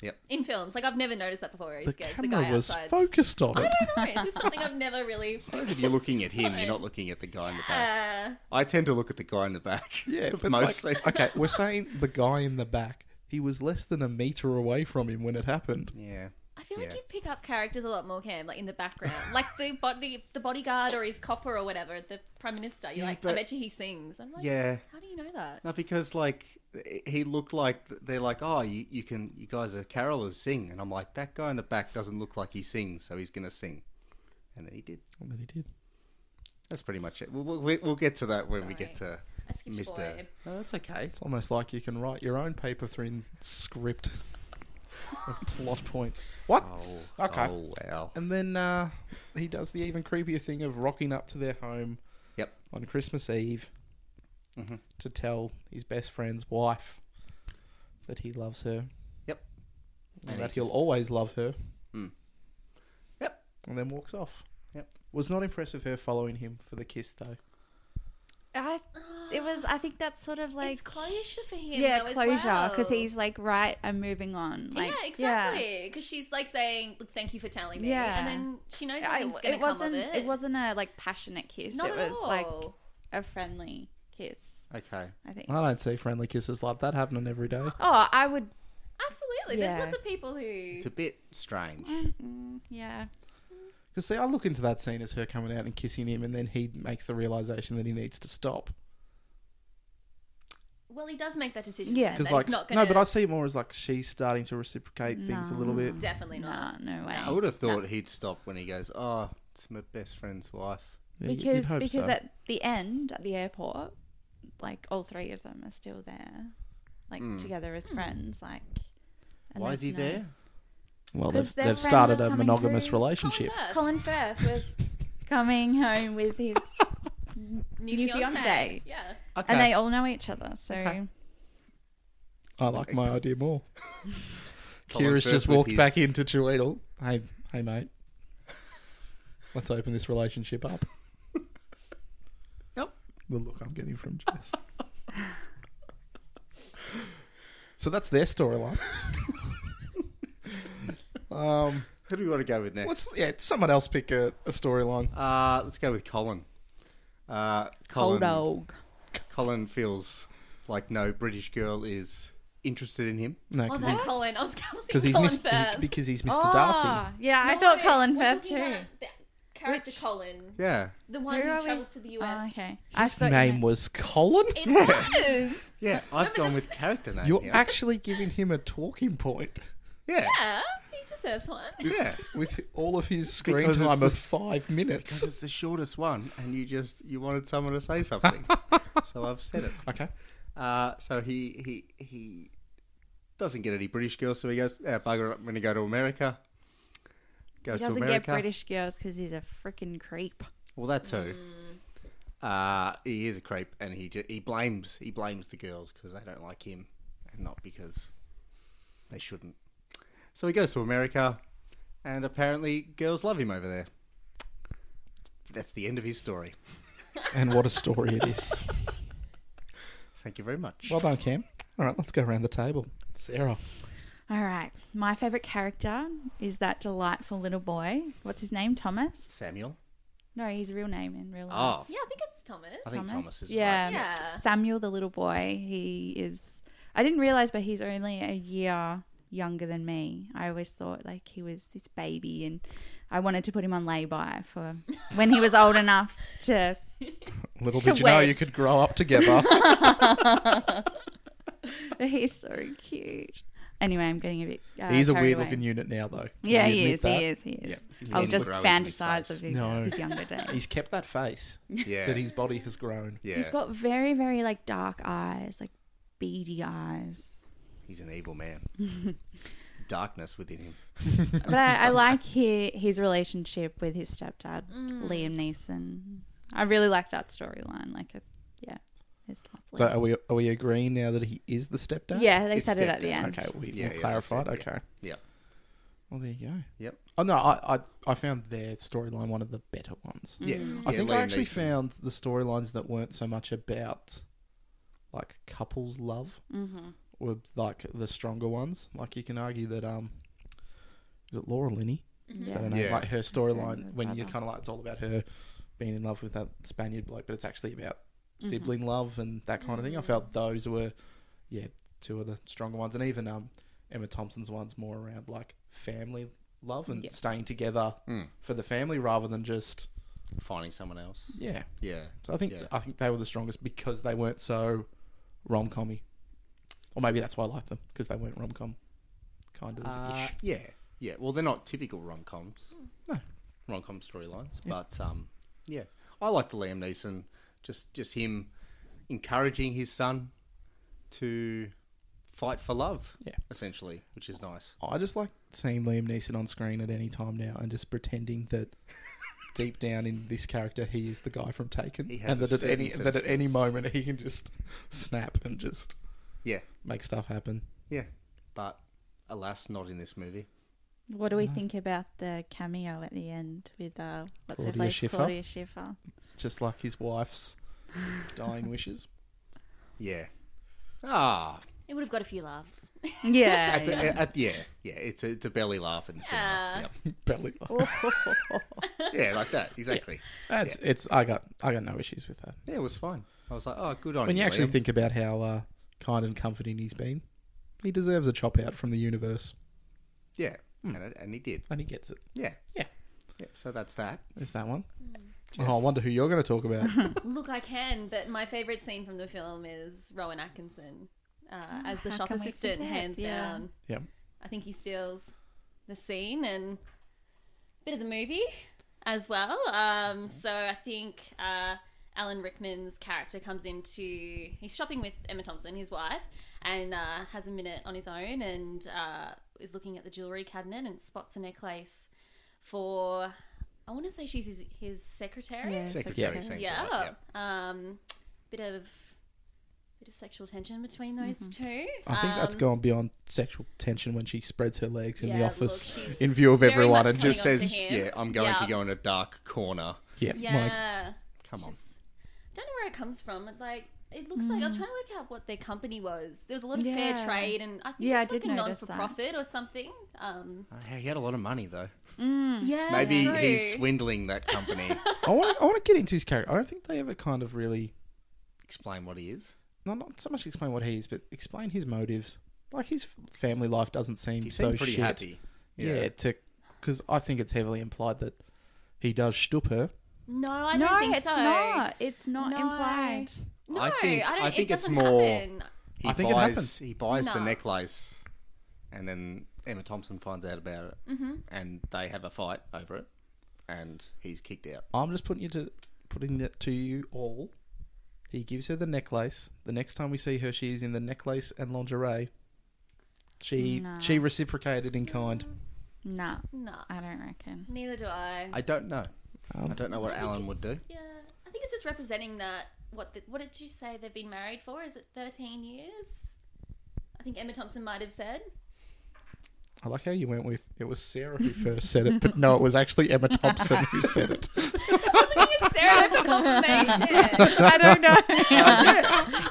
B: Yep.
C: In films, like I've never noticed that before. Where he
A: the
C: scares
A: camera
C: the guy
A: was
C: outside.
A: focused on it.
C: I don't know. It's just something I've never really.
B: Suppose if you're looking at him,
C: Fine.
B: you're not looking at the guy in the back.
C: Uh,
B: I tend to look at the guy in the back.
A: Yeah,
B: for
A: but
B: most
A: like,
B: scenes.
A: okay, we're saying the guy in the back. He was less than a meter away from him when it happened.
B: Yeah.
C: I feel like
B: Yeah.
C: you pick up characters a lot more, Cam, like in the background, like the bo- the, the bodyguard or his copper or whatever, the prime minister. You're
B: Yeah,
C: like, I
B: but-
C: bet you he sings. I'm like,
B: Yeah.
C: How do you know that?
B: No, because like he looked like they're like, oh, you, you can, you guys are carolers, sing, and I'm like, that guy in the back doesn't look like he sings, so he's gonna sing, and then Oh, he did.
A: And then he did.
B: That's pretty much it. We'll, we'll, we'll get to that when we get to
C: I skipped
B: Mister.
C: forward.
B: No, Oh, that's okay.
A: It's almost like you can write your own paper through script of plot points. What?
B: Oh,
A: Okay.
B: Oh wow.
A: And then uh, he does the even creepier thing of rocking up to their home
B: Yep.
A: on Christmas Eve
B: Mm-hmm.
A: to tell his best friend's wife that he loves her
B: Yep.
A: and,
B: And
A: that
B: he
A: he'll
B: just- Hmm.
A: always love her,
B: Yep.
A: and then walks off.
B: Yep.
A: Was not impressed with her following him for the kiss though.
D: I, it was. I think that's sort of like
C: It's closure for him.
D: yeah,
C: though, as
D: closure because
C: well.
D: he's like, right, I'm moving on. Like,
C: yeah, exactly. Because she's like saying, "Look, thank you for telling me,"
D: Yeah.
C: and then she knows
D: I-
C: nothing's going
D: it
C: to come of
D: wasn't.
C: it.
D: It wasn't a like passionate kiss.
C: Not
D: it
C: at
D: was
C: all.
D: like a friendly kiss.
B: Okay.
D: I think.
A: I don't see friendly kisses like that happening every day.
D: Oh, I would.
C: Absolutely.
D: Yeah.
C: There's lots of people who.
B: It's a bit strange.
D: mm, Yeah.
A: Because see, I look into that scene as her coming out and kissing him, and then he makes the realization that he needs to stop.
C: Well, he does make that decision.
D: Yeah.
C: Yeah,
A: Because
C: that's
A: like,
C: not
A: no,
C: going
A: but I see it more as like she's starting to reciprocate things a little bit.
C: definitely not.
D: Nah, no way.
B: I would have thought he'd stop when he goes, oh, it's my best friend's wife.
A: Yeah, you'd
D: because
A: hope
D: because
A: so.
D: at the end at the airport, like all three of them are still there, like together
C: Hmm.
D: as friends. Like, and
B: Hmm. Why is
D: there's
B: he
D: no-
B: there?
A: well,
D: 'cause
A: they've,
D: their
A: they've
D: friend
A: started
D: was
A: a
D: coming
A: monogamous
D: through.
A: relationship.
C: Colin
D: Colin
C: Firth,
D: Firth was coming home with his,
C: new,
D: new fiancé.
C: fiance. Yeah. Oh,
B: Okay.
D: and they all know each other. So
A: I like my idea more.
B: Colin
A: Kira's
B: Firth
A: just
B: with
A: walked
B: his-
A: back into Tweedle. Hey, hey, mate. Let's open this relationship up.
B: Yep.
A: The look I'm getting from Jess. so that's their storyline. um,
B: Who do we want to go with next?
A: let's yeah, someone else pick a, a storyline.
B: Uh, let's go with Colin. Uh, Colin.
D: old dog.
B: Colin feels like no British girl is interested in him.
A: No,
C: Oh,
A: because
C: that Colin. I was, I was
A: he's,
C: thinking Colin
A: Mr.
C: Firth.
A: because he's Mr.
D: Ah,
A: Darcy.
D: Yeah, I
C: No,
D: thought Colin
C: we're
D: Firth
C: talking
D: too.
C: about the Character
D: Which-
C: Colin,
B: Yeah.
C: the one
D: Who
C: who
D: are we?
C: travels to the US.
D: Oh, okay. I
A: His name was Colin.
C: It was.
B: Yeah, I've gone with character name.
A: You're
B: here.
A: actually giving him a talking point
B: yeah.
C: Yeah, he deserves one.
B: Yeah.
A: with all of his screen
B: Because it's
A: time
B: the-
A: of five
B: Because
A: minutes.
B: it's the shortest one, and you just you wanted someone to say something, so I've said it.
A: Okay.
B: Uh, so he he he doesn't get any British girls, so he goes, "Ah, "Bugger it, I'm going to go to America." Goes
D: He doesn't
B: to
D: get
B: America.
D: British girls because he's a freaking creep.
B: Well, that too. Uh, he is a creep, and he ju- he blames he blames the girls because they don't like him, and not because they shouldn't. So he goes to America, and apparently girls love him over there. That's the end of his story.
A: And what a story it is.
B: Thank you very much.
A: Well done, Cam. All right, let's go around the table. Sarah.
D: All right. My favorite character is that delightful little boy. What's his name? Thomas?
B: Samuel.
D: No, his real name in real life.
B: Oh,
C: Yeah, I think it's Thomas.
B: I think Thomas, is
D: yeah.
B: right.
C: Yeah.
D: Samuel, the little boy. He is. I didn't realize, but he's only a year younger than me. I always thought like he was this baby, and I wanted to put him on lay-by for when he was old enough to
A: Little
D: To
A: did you know
D: wed.
A: you could grow up together.
D: He's so cute. Anyway, I'm getting a bit. Uh,
A: He's a
D: carried
A: weird
D: away.
A: looking unit now, though. Can
D: Yeah,
A: you
D: he
A: admit
D: is,
A: that?
D: he is. He is.
B: He's
D: I'll just
B: grown into his
D: fantasize
B: face.
D: of his,
A: No.
D: his younger days.
A: He's kept that face
B: Yeah.
A: that his body has grown.
B: yeah.
D: He's got very, very like dark eyes, like beady eyes.
B: He's an evil man. Darkness within him.
D: But I, I like his, his relationship with his stepdad,
C: Mm.
D: Liam Neeson. I really like that storyline. Like, it's, yeah, it's lovely.
A: So are we are we agreeing now that he is the stepdad?
D: yeah, they
B: His
D: said it at the
B: stepdad.
D: end.
A: Okay, we,
B: Yeah,
A: we
B: yeah,
A: clarified.
B: that's it,
A: okay.
B: Yep.
A: Well, there you go.
B: Yep.
A: Oh no, I I, I found their storyline one of the better ones.
B: Yeah.
A: I
B: Yeah,
A: think
B: Liam
A: Mm. I actually
B: Neeson.
A: found the storylines that weren't so much about like couples love
B: Mm-hmm.
A: were like the stronger ones. Like you can argue that um, is it Laura Linney?
C: Mm-hmm.
A: I
D: Yeah.
A: don't know.
B: Yeah.
A: Like her
D: Yeah,
A: storyline when
D: rather.
A: you're kind of like it's all about her being in love with that Spaniard bloke, but it's actually about
B: Mm-hmm.
A: sibling love and that kind of thing. I felt those were yeah two of the stronger ones, and even um Emma Thompson's ones more around like family love and
D: Yeah.
A: staying together
B: Mm.
A: for the family rather than just
B: Finding someone else.
A: yeah.
B: Yeah.
A: So I think
B: Yeah.
A: I think they were the strongest because they weren't so rom commy, or maybe that's why I liked them because they weren't rom com kind of
B: Uh,
A: ish.
B: yeah. Yeah. Well, they're not typical rom coms.
A: No.
B: rom com storylines. But um, yeah, I like the Liam Neeson. Just just him encouraging his son to fight for love.
A: Yeah.
B: essentially, which is nice.
A: I just like seeing Liam Neeson on screen at any time now and just pretending that deep down in this character he is the guy from Taken,
B: He
A: and
B: has a
A: that at
B: certain
A: any
B: set
A: that
B: of
A: at any
B: skills.
A: moment he can just snap and just
B: Yeah,
A: make stuff happen.
B: yeah. But alas, not in this movie.
D: What do we think about the cameo at the end with uh, what's
A: Claudia
D: her face,
A: Schiffer?
D: Claudia Schiffer?
A: Just like his wife's dying wishes.
B: Yeah. Ah,
C: It would have got a few laughs.
D: Yeah.
B: at the, At, yeah, yeah. It's a, it's a belly laugh and
C: Yeah.
B: cinema. Yep.
A: Belly laugh.
B: yeah, like that exactly.
A: That's it's I got I got no issues with that.
B: Yeah. it was fine. I was like, oh, good on
A: When you
B: you
A: actually
B: Liam.
A: think about how uh, kind and comforting he's been, he deserves a chop out from the universe,
B: yeah,
A: Hmm.
B: and, and he did.
A: and he gets it.
B: Yeah.
A: Yeah.
B: yeah. So that's that.
A: It's that one.
C: Mm.
A: Oh, I wonder who you're going to talk about.
C: Look, I can, but my favourite scene from the film is Rowan Atkinson uh, as the
D: Oh, how
C: shop
D: can we
C: assistant,
D: forget?
C: hands
D: Yeah.
C: down.
A: yeah,
C: I think he steals the scene and a bit of the movie as well. Um, so I think uh, Alan Rickman's character comes into he's shopping with Emma Thompson, his wife, and uh, has a minute on his own and uh, is looking at the jewelry cabinet and spots a necklace for I want to say she's his, his secretary.
D: Yeah,
B: Secretary.
D: secretary.
B: seems
C: Yeah.
B: Right. Yep.
C: Um, bit of bit of sexual tension between those two.
A: I think that's
C: Um,
A: gone beyond sexual tension when she spreads her legs in the
C: Yeah,
A: office
C: look, she's
A: in view of
C: very
A: everyone
C: much
A: and
C: coming
A: just
C: off
A: says,
C: the
B: says,
C: him.
B: yeah, I'm going
C: Yeah.
B: to go in a dark corner.
A: yeah, like,
C: Yeah.
B: Come on.
C: Just- don't know where it comes from. It, like it looks like I was trying to work out what their company was. There was a lot of
D: Hmm. Yeah.
C: fair trade, and I think
D: Yeah, I
C: it's like
D: did
C: a
D: notice that.
C: non-for-profit or something. Um,
A: Uh,
B: Hey, he had a lot of money though.
D: Hmm.
C: yeah,
B: Maybe
C: true.
B: he's swindling that company.
A: I want I want to get into his character. I don't think they ever kind of really
B: Explain what he is.
A: not not so much explain what he is, but explain his motives. Like his family life doesn't seem
B: He
A: so
B: seemed pretty
A: shit.
B: happy.
A: Yeah, to because I think it's heavily implied that he does stoop her.
C: no, I
D: no,
C: don't think
D: it's
C: so.
D: not. It's not
C: No.
D: implied.
C: No,
B: I
C: I,
B: think-
C: don't.
B: I
C: it
B: think it's
C: doesn't
B: more-
C: Happen.
B: He
A: I think it
B: buys
A: happened.
B: he buys the
C: No.
B: necklace, and then Emma Thompson finds out about it, mm-hmm. and they have a fight over it, and he's kicked out.
A: I'm just putting you to putting that to you all. He gives her the necklace. The next time we see her, she is in the necklace and lingerie. She
D: No.
A: she reciprocated in kind.
D: Nah,
C: No,
D: I don't reckon.
C: neither do I.
B: I don't know.
A: Um,
B: I don't know what Alan would do.
C: Yeah, I think it's just representing that. What the, what did you say they've been married for? Is it thirteen years? I think Emma Thompson might have said.
A: I like how you went with it was Sarah who first said it, but no, it was actually Emma Thompson who said it.
C: I was thinking it's Sarah for confirmation.
D: I don't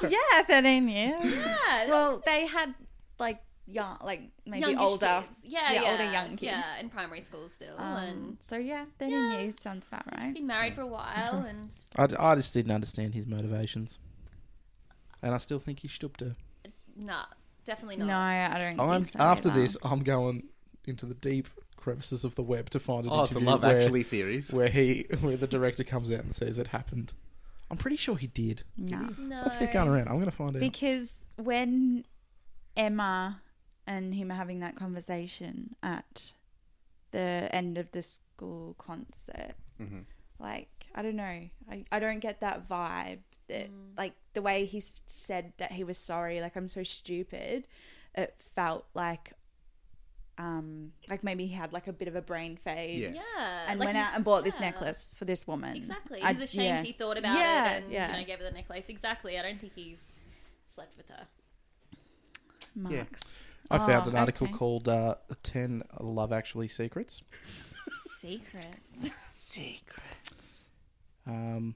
D: know. yeah, 13 years.
C: Yeah,
D: Well, they had like young, like maybe
C: Youngish
D: older.
C: kids. Yeah, yeah,
D: older young kids.
C: Yeah, in primary school still, and
D: Um, so yeah, 13
C: Yeah.
D: years sounds about
C: he's
D: right.
C: been married for a while, and
A: I, d- I just didn't understand his motivations, and I still think he stooped her.
C: nah, definitely
D: No,
C: not.
D: I don't
A: I'm
D: think so.
A: after
D: either.
A: this. I'm going into the deep crevices of the web to find an
B: Oh, the
A: interview
B: love
A: where,
B: actually theories.
A: where he where the director comes out and says it happened. I'm pretty sure he did.
D: No.
C: No,
A: Let's keep going around. I'm going to find out.
D: Because when Emma and him are having that conversation at the end of the school concert, like, I don't know. I, I don't get that vibe. That,
C: Mm.
D: Like, the way he s- said that he was sorry, like, I'm so stupid, it felt like. Um, like maybe he had like a bit of a brain fade,
B: Yeah.
C: yeah,
D: and
C: like
D: went
C: he's-
D: out and bought this
C: yeah.
D: necklace for this woman.
C: Exactly,
D: I-
C: he's ashamed
D: yeah.
C: he thought about
D: Yeah,
C: it and
D: yeah.
C: you know gave her the necklace. Exactly, I don't think he's slept with her.
D: Marks.
A: I found
D: Oh,
A: an article
D: okay.
A: called uh, 10 Love Actually Secrets.
C: Secrets,
B: Secrets.
A: Um,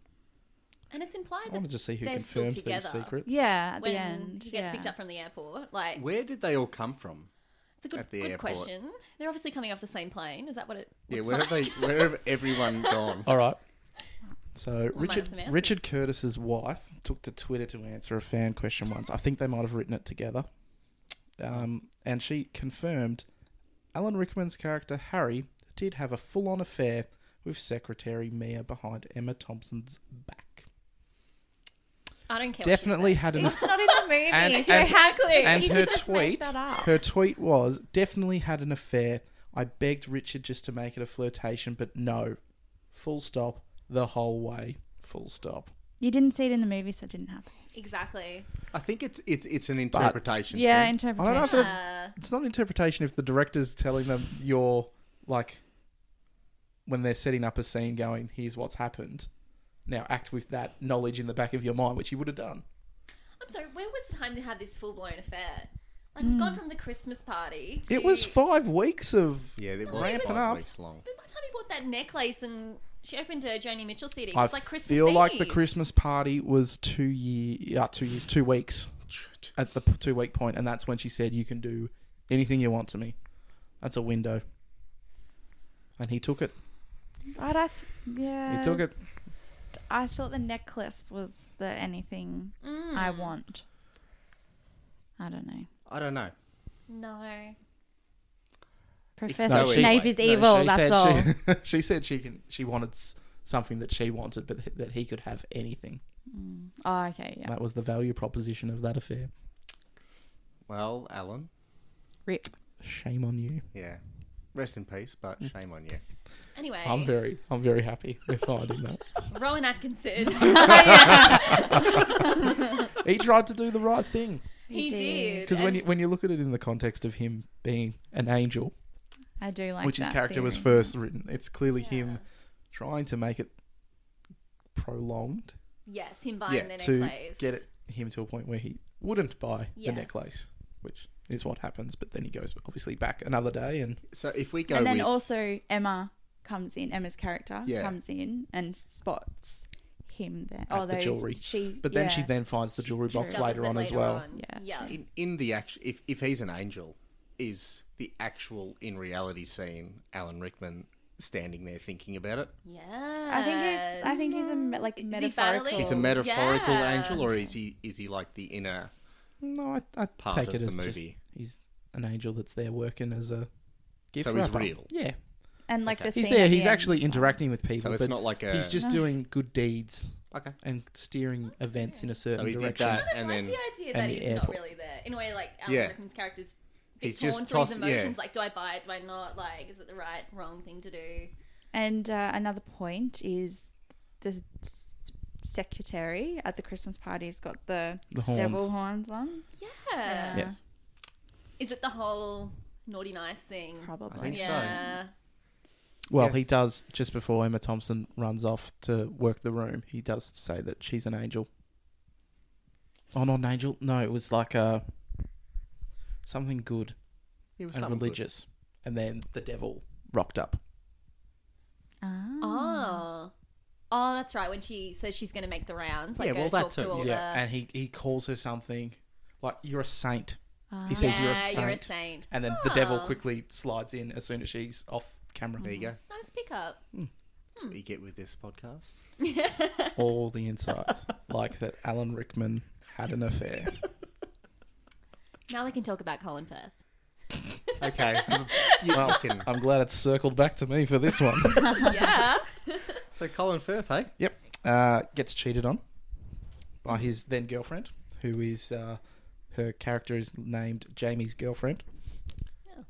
C: and it's implied
A: I
C: that
A: want to just see who
C: They're still
A: confirms these
C: together.
A: secrets.
D: Yeah, at
C: when
D: the end,
C: he gets
D: yeah.
C: picked up from the airport, like
B: Where did they all come from?
C: it's a good,
B: at the
C: good
B: airport.
C: question. They're obviously coming off the same plane. Is that what it?
B: Yeah,
C: looks
B: where have
C: like?
B: they? Where have everyone gone?
A: All right. So Richard
C: minus the mouse
A: Richard Curtis's wife took to Twitter to answer a fan question once. I think they might have written it together, um, and she confirmed Alan Rickman's character Harry did have a full on affair with secretary Mia behind Emma Thompson's back.
C: I don't care.
A: Definitely had an
E: It's not in the movie.
A: And-
E: so
A: and-
E: how could
A: and
E: you
A: her
E: just
A: tweet
E: make that up?
A: her tweet was definitely had an affair i begged richard just to make it a flirtation but no full stop the whole way full stop
D: You didn't see it in the movie, so it didn't happen.
C: Exactly.
B: I think it's it's it's an interpretation.
D: Yeah,
B: thing.
A: i don't
D: interpretation.
A: know if it-
C: Uh,
A: it's not interpretation if the director's telling them you're like when they're setting up a scene going here's what's happened now act with that knowledge in the back of your mind which he would have done
C: I'm sorry. When was the time to have this full blown affair? Like we've gone from the Christmas party. To,
A: Hmm. it was five weeks of
B: yeah, it was
A: Ramping
B: five
A: up.
B: weeks long.
C: But by the time he bought that necklace and she opened her Joni Mitchell CD, it
A: I
C: was like Christmas.
A: feel like the
C: Eve.
A: Christmas party was two year, uh, two years, two weeks at the two week point, and that's when she said, "You can do anything you want to me." That's a window, and he took it.
D: Right, I th- yeah.
A: He took it.
D: I thought the necklace was the anything I want. I don't know.
B: I don't know.
C: No.
D: Professor
B: No, she-
D: Snape is
A: No,
D: evil.
A: she
D: that's
A: said
D: all.
A: She, she said she can. She wanted s- something that she wanted, but that he could have anything.
D: Oh, okay, yeah.
A: That was the value proposition of that affair.
B: Well, Alan,
D: Rip.
A: Shame on you.
B: yeah, rest in peace, but shame on you.
C: Anyway,
A: I'm very, I'm very happy with finding that.
C: Rowan Atkinson.
A: He tried to do the right thing.
C: he did.
A: Because when
C: And
A: you when you look at it in the context of him being an angel,
D: I do like
A: which
D: that
A: his character was
D: theory.
A: first written, it's clearly him trying to make it prolonged
C: yes, him buying
B: Yeah,
C: the
A: to
C: necklace.
A: get it, him to a point where he wouldn't buy
C: Yes.
A: the necklace, which is what happens. But then he goes obviously back another day, and
B: So if we go
D: And then
B: with
D: also Emma comes in. Emma's character
B: Yeah.
D: comes in and spots him there.
A: At the
D: Although
A: jewelry.
D: Oh, She,
A: but then she
D: yeah.
A: then finds the jewelry box
C: Discovers
A: later
C: it
A: on as well.
C: on.
D: Yeah.
C: Yeah.
B: in, in the actual, if if he's an angel, is the actual in reality scene Alan Rickman standing there thinking about it?
C: Yeah.
D: I think it's. I think he's a me- like
C: he
D: metaphorical.
C: battling?
B: He's a metaphorical
C: Yeah.
B: angel, or is he is he like the inner?
A: No, I, I
B: Part
A: take
B: of
A: it
B: the
A: as just
B: movie.
A: he's an angel that's there working as a gift
B: So he's
A: wrapper.
B: real.
A: Yeah,
D: and like the
A: he's
D: scene
A: there.
D: at the
A: He's
D: end
A: actually
D: is like-
A: interacting with people.
B: So it's
A: but
B: not like a
A: he's just doing good deeds
B: okay.
A: and steering events in a certain
B: So he did
A: direction.
B: that,
C: I
B: and
C: like
B: then
C: the idea that
A: and the
C: he's
A: airport.
C: not really there. In a way, like Alan
B: Yeah.
C: Rickman's character's a
B: He's
C: bit torn
B: just
C: through his
B: toss- yeah.
C: emotions. Like, do I buy it? Do I not? Like, is it the right, wrong thing to do?
D: And uh, another point is the s- s- secretary at the Christmas party has got the,
A: The horns.
D: devil horns on.
C: Yeah. Uh-huh.
A: Yes.
C: Is it the whole naughty nice thing?
D: Probably.
B: I think
C: Yeah.
A: Well,
B: Yeah.
A: he does just before Emma Thompson runs off to work the room. He does say that she's an angel. Oh, not an angel. No, it was like a something good
B: so. It was
A: and
B: something good.
A: religious, and then the devil rocked up.
D: Ah.
C: Oh. Oh, that's right. When she says she's going to make the rounds, like
B: Yeah,
C: go
B: well, that
C: talk
B: too.
C: to all
A: yeah,
C: the.
A: and he he calls her something like "You're a saint." He says you're, a
C: Yeah,
A: saint,
C: you're a saint.
A: and then the devil
C: Ah.
A: quickly slides in as soon as she's off camera.
B: There you go.
C: Nice pickup.
B: That's what you get with this podcast.
A: All the insights, like that Alan Rickman had an affair.
C: Now we can talk about Colin Firth.
B: Okay. You- you can-
A: I'm glad it's circled back to me for this one.
C: yeah.
B: So Colin Firth, hey?
A: Yep. Uh, gets cheated on by his then girlfriend, who is uh, her character is named Jamie's girlfriend.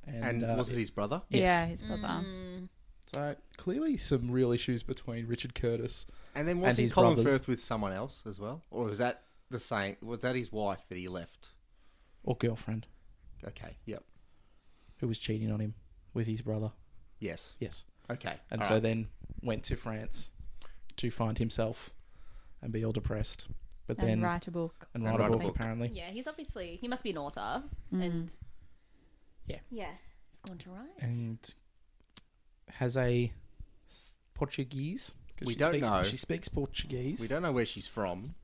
B: And,
A: uh,
B: was it his brother?
D: Yeah, his brother.
C: Mm.
A: So clearly, some real issues between Richard Curtis.
B: And then was
A: and
B: he
A: his
B: Colin
A: brothers.
B: Firth with someone else as well? Or was that the same? Was that his wife that he left?
A: Or girlfriend
B: Okay. Yep.
A: who was cheating on him with his brother.
B: Yes.
A: Yes.
B: Okay.
A: And
B: all
A: so
B: right.
A: then went to France to find himself and be all depressed. But
D: And
A: then
D: write a book.
A: and write
B: And
A: a
B: write a
A: book,
B: book.
A: apparently.
C: Yeah, he's obviously he must be an author,
D: Mm.
C: and
A: Yeah.
C: yeah, he's gone to write.
A: and has a s- Portuguese. 'cause
B: We
A: she
B: don't
A: speaks,
B: know.
A: She speaks Portuguese.
B: we don't know where she's from,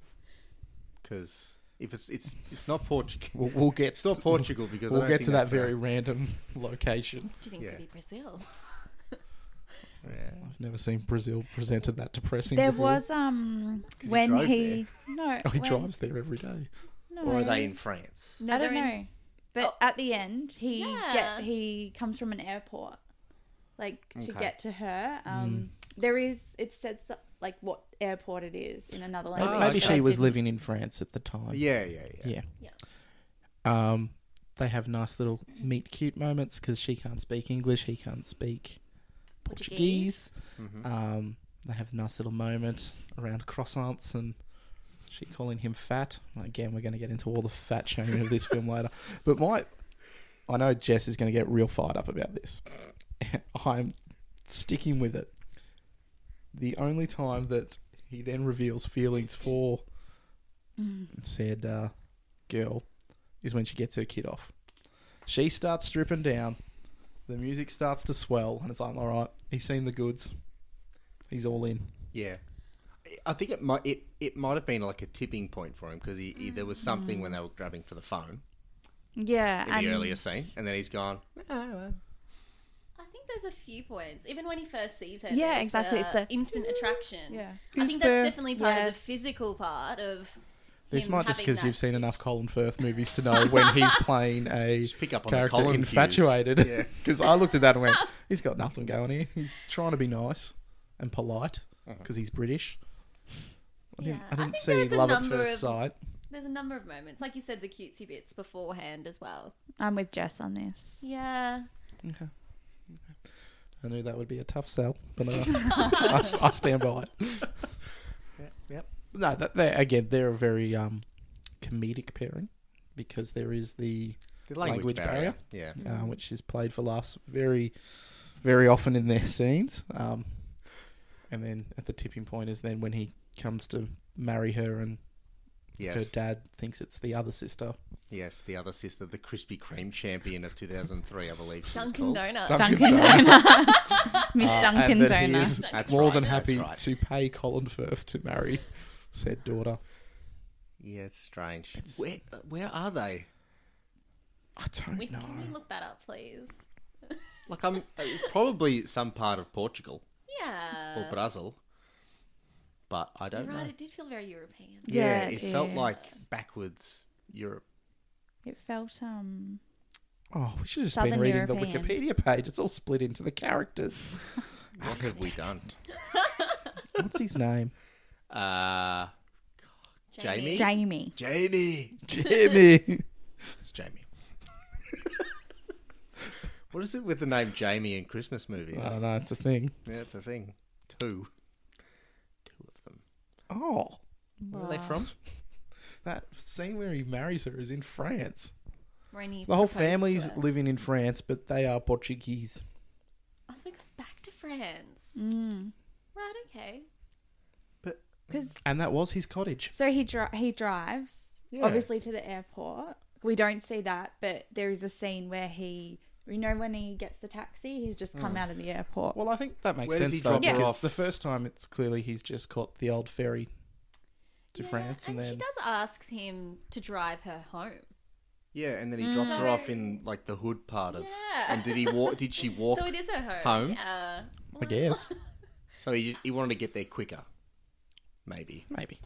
B: because if it's it's it's not Portuguese,
A: We'll, we'll get
B: it's not Portugal because I
A: We'll
B: don't
A: get
B: think
A: to that
B: that's a-
A: very random location.
C: Do you think it
B: yeah.
C: could be Brazil?
B: yeah.
A: I've never seen Brazil presented that depressing.
D: There
A: before.
D: was um
B: 'Cause he
D: when
B: drove
D: he, no
A: Oh, he
D: when-
A: drives there every day.
D: no
B: Or are they in France?
C: No,
D: I don't
C: they're in- Oh.
D: know. But at the end, he
C: Yeah.
D: get he comes from an airport, like to
B: Okay.
D: get to her.
A: Hmm.
D: Um, There is it says like what airport it is in another language.
A: Maybe
D: so I
A: she was
D: didn't-
A: living in France at the time.
B: Yeah, yeah, yeah.
A: Yeah. Um, they have nice little meet cute moments because she can't speak English, he can't speak Portuguese. Um, they have a nice little moment around croissants and she calling him fat. Again, we're going to get into all the fat shaming of this film later. But my, I know Jess is going to get real fired up about this. I'm sticking with it. The only time that he then reveals feelings for said uh, girl is when she gets her kid off. She starts stripping down. The music starts to swell, and it's like, all right, he's seen the goods. He's all in.
B: Yeah, I think it might it, it might have been like a tipping point for him because he, he there was something when they were grabbing for the phone
D: Yeah,
B: in
D: and
B: the earlier scene, and then he's gone.
C: I think there's a few points. Even when he first sees her,
D: Yeah,
C: there's
D: exactly,
C: the
D: it's the-
C: instant attraction.
D: Yeah.
C: I
A: Is
C: think
A: there-
C: that's definitely part of the
D: Yes.
C: physical part of.
A: This
C: him
A: might just
C: having
A: because you've
C: that.
A: seen enough Colin Firth movies to know when he's playing a
B: Just pick up on the
A: character
B: Colin cues.
A: infatuated.
B: Yeah.
A: Because I looked at that and went, he's got nothing going here. He's trying to be nice and polite
B: Uh-huh.
A: because he's British. I didn't,
C: Yeah.
A: I
C: I
A: didn't
C: think
A: see
C: there's a
A: love at
C: number
A: first
C: of-
A: sight.
C: There's a number of moments, like you said, the cutesy bits beforehand as well.
D: I'm with Jess on this.
C: Yeah,
A: I knew that would be a tough sell, but uh, I, I stand by it.
B: Yep.
A: No, that they again, they're a very um, comedic pairing because there is the,
B: The language, barrier. Yeah.
A: uh, which is played for laughs very, very often in their scenes. Um, and then at the tipping point is then when he comes to marry her, and her
B: Yes.
A: dad thinks it's the other sister,
B: Yes. The other sister, the Krispy Kreme champion of 2003, I believe. She
C: Dunkin'
B: was called.
C: Donuts.
A: Dunkin'
D: Dunkin'
A: Donuts.
D: Donut, Miss Dunkin'
A: Uh, and that he is
D: Donut.
B: That's
A: more
B: right,
A: than
B: that's
A: happy
B: right.
A: to pay Colin Firth to marry said daughter.
B: Yeah, it's strange. Where uh, where are they?
A: I don't
C: We,
A: know.
C: Can we look that up, please?
B: Like I'm uh, probably some part of Portugal
C: Yeah.
B: or Brazil, but I don't
C: Uh, Right,
B: know.
C: it did feel very European.
D: Yeah,
B: it
D: it
B: felt
D: did.
B: like backwards Europe.
D: It felt um.
A: Oh, we should have just been
D: Southern
A: reading
D: European.
A: the Wikipedia page. It's all split into the characters.
B: What have we done?
A: What's his name?
B: Uh, Jamie?
D: Jamie.
B: Jamie.
A: Jimmy.
B: It's Jamie. what is it with the name Jamie in Christmas movies?
A: I don't know. It's a thing.
B: yeah, it's a thing. Two. Two of them.
A: Oh,
B: Where are they from?
A: that scene where he marries her is in France.
C: When he
A: The whole
C: proposed to
A: family's
C: her.
A: living in France, but they are Portuguese.
C: Oh, so he goes back to France. Mm. Right, okay.
B: But
D: Because
A: And that was his cottage.
D: so he dri- he drives
B: Yeah.
D: obviously to the airport. We don't see that, but there is a scene where he, you know, when he gets the taxi, he's just
A: Mm.
D: come out of the airport.
A: Well, I think that makes
B: Where does
A: sense,
B: he
A: though,
B: drop her
A: because
B: off?
A: the first time it's clearly he's just caught the old ferry to
C: Yeah,
A: France. And,
C: and she
A: then,
C: does ask him to drive her home.
B: yeah, and then he drops her off in like the hood part of.
C: Yeah.
B: And did he walk? Did she walk?
C: So it is her home.
B: Home?
C: Yeah.
A: I guess,
B: so he he wanted to get there quicker, maybe.
A: maybe.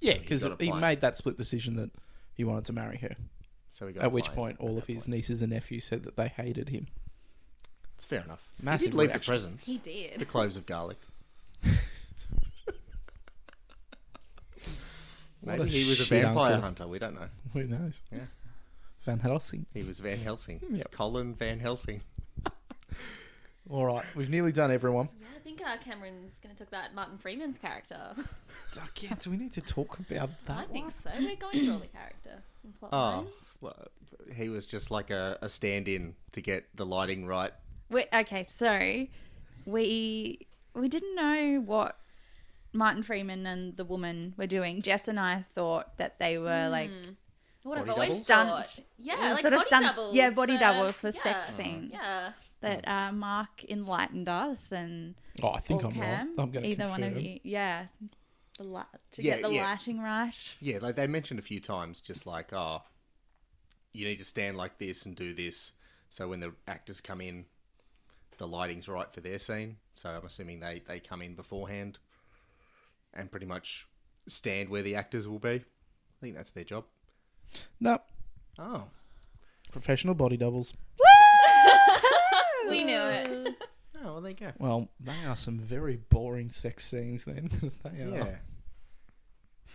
A: Yeah,
B: he
A: because
B: got a
A: he
B: plane.
A: made that split decision that he wanted to marry her.
B: So we got. a
A: At which
B: plane.
A: point, all of his nieces and nephews said that they hated him.
B: It's fair enough. he
A: Massive
B: did leave the
A: reaction.
B: presents.
C: He
B: The
C: did.
B: cloves of garlic.
A: What
B: Maybe
A: a
B: he was a
A: shit
B: vampire
A: uncle.
B: hunter. We don't know.
A: Who knows?
B: Yeah.
A: Van Helsing.
B: He was Van Helsing.
A: Yep.
B: Colin Van Helsing.
A: All right, we've nearly done everyone.
C: Yeah, I think uh, Cameron's going to talk about Martin Freeman's character.
A: Duck, yeah, do we need to talk about that?
C: I think
A: one?
C: so. We're going through all the character and plot
B: Oh,
C: lines.
B: well, he was just like a, a stand-in to get the lighting right.
D: Wait, okay, so we we didn't know what Martin Freeman and the woman were doing. Jess and I thought that they were like
C: What I've
B: Body
C: always
B: doubles?
C: thought.
D: Stunt.
C: Hmm. Yeah, like
D: sort of
C: body
D: stunt-
C: doubles.
D: yeah, body
C: for-
D: doubles for
C: yeah,
D: sex scenes.
C: Yeah.
D: But uh, Mark enlightened us, and
A: Oh, I think
D: or
A: I'm
D: Cam,
A: right. I'm going to
D: either one of
A: confirm.
D: you, yeah, the li- to
B: Yeah,
D: get the
B: yeah.
D: lighting right.
B: Yeah, like they mentioned a few times, just like, oh, you need to stand like this and do this. So when the actors come in, the lighting's right for their scene. So I'm assuming they, they come in beforehand and pretty much stand where the actors will be. I think that's their job.
A: No,
B: Oh.
A: Professional body doubles.
C: We knew it.
B: Oh, well, there you go.
A: Well, they are some very boring sex scenes then, 'cause they are.
B: Yeah.
A: Oh.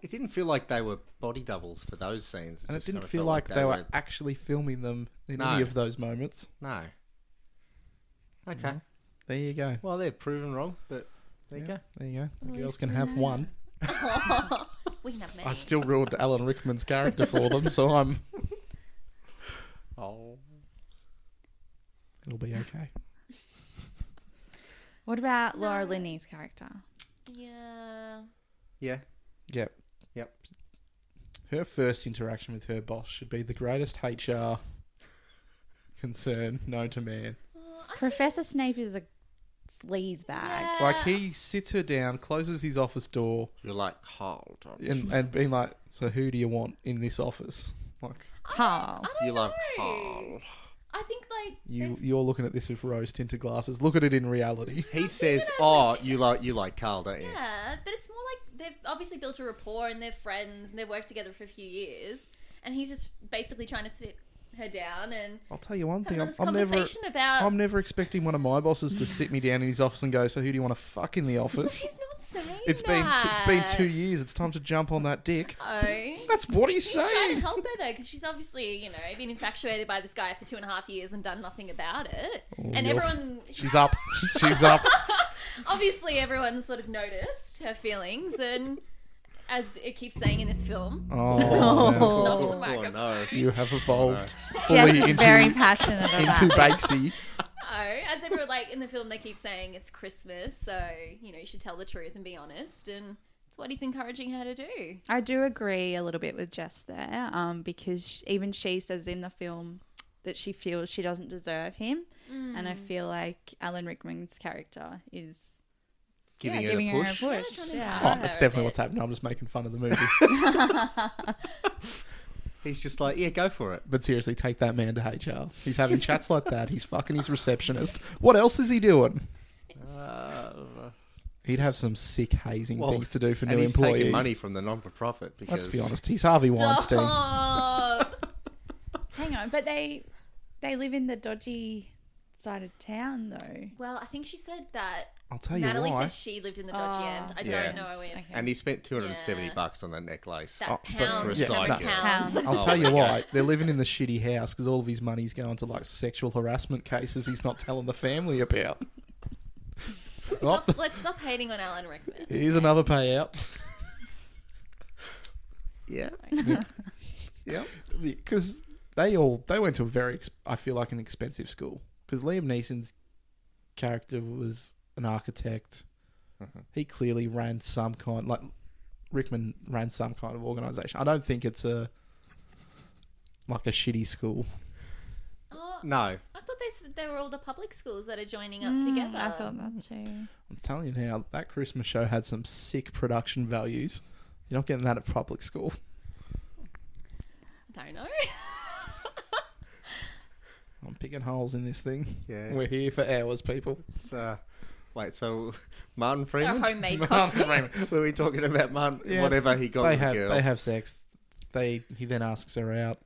B: It didn't feel like they were body doubles for those scenes.
A: And it
B: just
A: didn't
B: kinda
A: feel
B: felt
A: like they were actually filming them in any
B: No.
A: of those moments.
B: No. Okay.
A: There you go.
B: Well, they're proven wrong, but there you
A: Mm-hmm. Yeah,
B: go.
A: There you go. The
C: At
A: girls
C: least
A: can
C: we
A: have
C: know.
A: one.
C: we can have many.
A: I still ruined Alan Rickman's character for them, so I'm.
B: Oh.
A: It'll be okay.
D: What about Laura
C: No.
D: Linney's character?
C: Yeah.
B: Yeah.
A: Yep.
B: Yep.
A: Her first interaction with her boss should be the greatest HR concern known to man.
C: Oh, I see-
D: Professor Snape is a sleazebag.
C: Yeah.
A: Like he sits her down, closes his office door,
B: You're like, hold on.
A: and and being like, "So who do you want in this office?" Like
D: Carl.
C: I don't
B: you love
C: know.
B: Carl.
C: I think like
A: you
C: they've-
A: you're looking at this with rose tinted glasses. Look at it in reality.
B: He says, "Oh, you like you like Carl, don't you?"
C: yeah, but it's more like they've obviously built a rapport and they're friends and they've worked together for a few years, and he's just basically trying to sit her down and
A: I'll tell you one
C: have
A: thing. I'm,
C: this
A: I'm never
C: conversation uh, about.
A: I'm never expecting one of my bosses to sit me down in his office and go, "So who do you want to fuck in the office?"
C: He's not saying
A: It's been it's been two years. It's time to jump on that dick.
C: years.
A: That's what he's
C: She's trying to
A: saying.
C: help her though, because she's obviously, you know, been infatuated by this guy for two and a half years and done nothing about it. and
A: you're-
C: everyone,
A: Oh, She's up. She's up.
C: obviously, everyone's sort of noticed her feelings, and as it keeps saying in this film,
A: Oh,
D: Oh.
C: knocks the
B: no.
C: microphone.
A: you have evolved
D: Jess
A: fully
D: is
A: into
D: very passionate
A: into
D: about
A: Bakesy.
C: No, as everyone like in the film, they keep saying it's Christmas, so you know you should tell the truth and be honest, and it's what he's encouraging her to do.
D: I do agree a little bit with Jess there, um, because sh even she says in the film that she feels she doesn't deserve him, and I feel like Alan Rickman's character is
B: Giving
D: yeah,
B: her
D: giving
B: the push.
D: her a push.
C: trying to
D: Yeah.
C: empower
A: Oh,
C: her
A: that's
C: a
A: definitely
C: bit.
A: what's happening. I'm just making fun of the movie.
B: He's just like, "Yeah, go for it."
A: But seriously, take that man to HR. He's having chats like that. He's fucking his receptionist. What else is he doing? Um,
B: Uh,
A: He'd have some sick hazing
B: well,
A: things to do for
B: and
A: new
B: he's
A: employees.
B: taking money from the non-for-profit.
A: Let's
B: Because
A: be honest. He's Harvey Weinstein.
C: Stop.
D: Hang on, but they they live in the dodgy side of town though.
C: well, I think she said that
A: I'll tell you
C: Natalie
A: why.
C: said she lived in the dodgy
D: Oh.
C: end. I
B: Yeah.
C: don't know if
B: And he spent 270
C: Yeah.
B: bucks on that necklace.
C: that
A: Oh, but
C: pound,
A: for a
C: yeah,
A: side
C: that
A: gig.
C: pounds.
D: Pounds.
A: I'll
B: Oh,
A: tell you
B: okay.
A: why. They're living in the shitty house because all of his money's going to like sexual harassment cases he's not telling the family about. Well,
C: Stop, let's stop hating on Alan Rickman.
A: here's another payout.
B: Yeah.
A: Yeah, because they all they went to a very ex- I feel like an expensive school because Liam Neeson's character was an architect. He clearly ran some kind like Rickman ran some kind of organization. I don't think it's a like a shitty school.
C: Oh,
B: No.
C: I thought they said they were all the public schools that are joining up together.
D: Mm, I thought that too.
A: I'm telling you now, that Christmas show had some sick production values. You're not getting that at public school.
C: I don't know.
A: I'm picking holes in this thing.
B: Yeah.
A: We're here for hours, people.
B: It's, uh, wait, so Martin
C: They're a
B: Freeman?
C: homemade
B: Martin
C: costume.
B: Freeman. Were we talking about Martin?
A: Yeah,
B: whatever he got
A: they
B: with
A: have
B: the girl.
A: they have sex. They he then asks her out.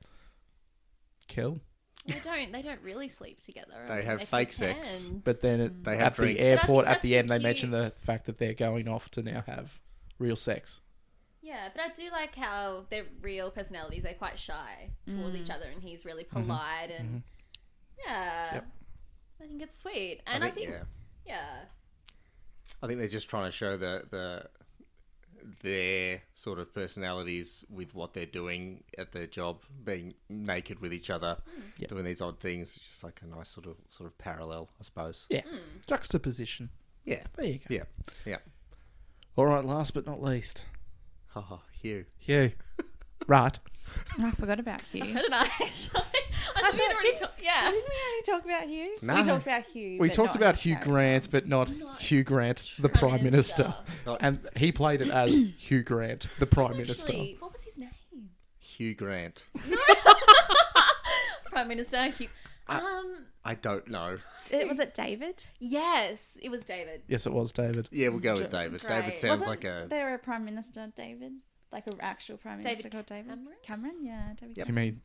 A: Kill,
C: they don't. They don't really sleep together. um,
B: They have fake sex.
C: pretend.
A: but then it,
B: They have
A: at the
B: drinks.
A: airport
C: But I think
A: at the
C: that's
A: end they
C: the
A: mention
C: key.
A: the fact that they're going off to now have real sex.
C: yeah, but I do like how their real personalities. They're quite shy towards
D: Mm.
C: each other, and he's really polite and yeah.
A: Yep.
C: I think it's sweet, and I think,
B: yeah.
C: yeah.
B: I think they're just trying to show the the their sort of personalities with what they're doing at their job, being naked with each other,
A: Yep.
B: doing these odd things. It's just like a nice sort of sort of parallel, I suppose.
A: Yeah, juxtaposition.
B: Yeah,
A: There you go.
B: yeah, yeah.
A: All right, last but not least,
B: Haha, Hugh.
A: Hugh. right.
D: And I forgot about Hugh.
C: So did I actually. I,
D: I
C: think we'd
D: thought-
C: already
D: did-
C: talked- yeah.
D: Didn't we only talk about Hugh?
B: No.
D: We talked about Hugh.
A: We
D: but
A: talked
D: not
A: about
D: his
A: Hugh
D: character.
A: Grant, but not Hugh Grant, the Prime,
C: Prime
A: Minister.
C: Minister.
B: Not-
A: And he played it as Hugh Grant, the Prime Minister.
C: Actually, what was his name?
B: Hugh Grant.
C: Prime Minister. Hugh. Um.
B: I don't know.
D: It, was it David?
C: Yes, it was David.
A: Yes, it was David.
B: Yeah, we'll go with David. David
C: Great.
B: sounds
D: Wasn't
B: like a
D: there a prime minister, David? Like an actual prime
C: David
D: minister called David
C: Cameron?
D: Cameron? Yeah, David.
A: You mean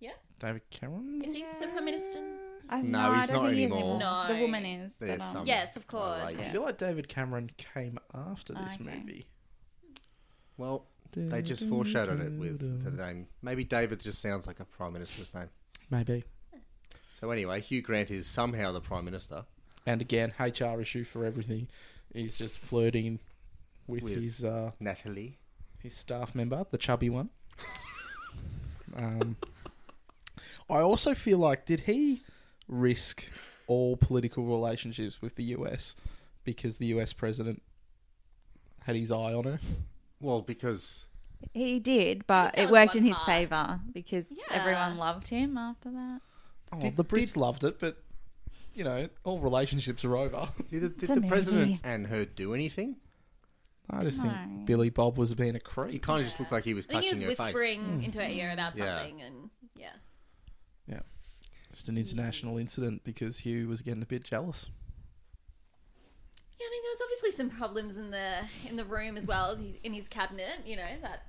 C: Yeah.
A: David Cameron?
C: Is he the prime minister?
D: I,
B: No, he's
D: I don't
B: not
D: think he is
B: anymore.
D: anymore. The
C: No.
D: woman is.
B: There's
D: but, um,
B: some-
C: Yes, of course.
B: Like-
A: I feel like David Cameron came after this
D: Okay.
A: movie.
B: Well, they just foreshadowed it with the name. Maybe David just sounds like a prime minister's name.
A: Maybe.
B: So anyway, Hugh Grant is somehow the prime minister.
A: And again, HR issue for everything. He's just flirting with,
B: With-
A: his uh,
B: Natalie.
A: his staff member, the chubby one. um, I also feel like did he risk all political relationships with the US because the US president had his eye on her?
B: Well, because
D: He did, but
C: that
D: it
C: was
D: worked
C: one
D: in his
C: part.
D: favour because
C: Yeah.
D: everyone loved him after that.
A: Oh,
B: Did-
A: the Brits loved it, but you know, all relationships are over.
B: did, the- did
D: a
B: the president
D: movie.
B: and her do anything?
A: I just
D: No.
A: think Billy Bob was being a
B: He
A: creep.
B: kind of just looked like he was
C: I think
B: touching
C: he was
B: her
C: whispering
B: face. Hmm.
C: into her ear about
B: Yeah.
C: something, and yeah.
A: Yeah, just an international incident because Hugh was getting a bit jealous.
C: Yeah, I mean, there was obviously some problems in the in the room as well in his cabinet. You know that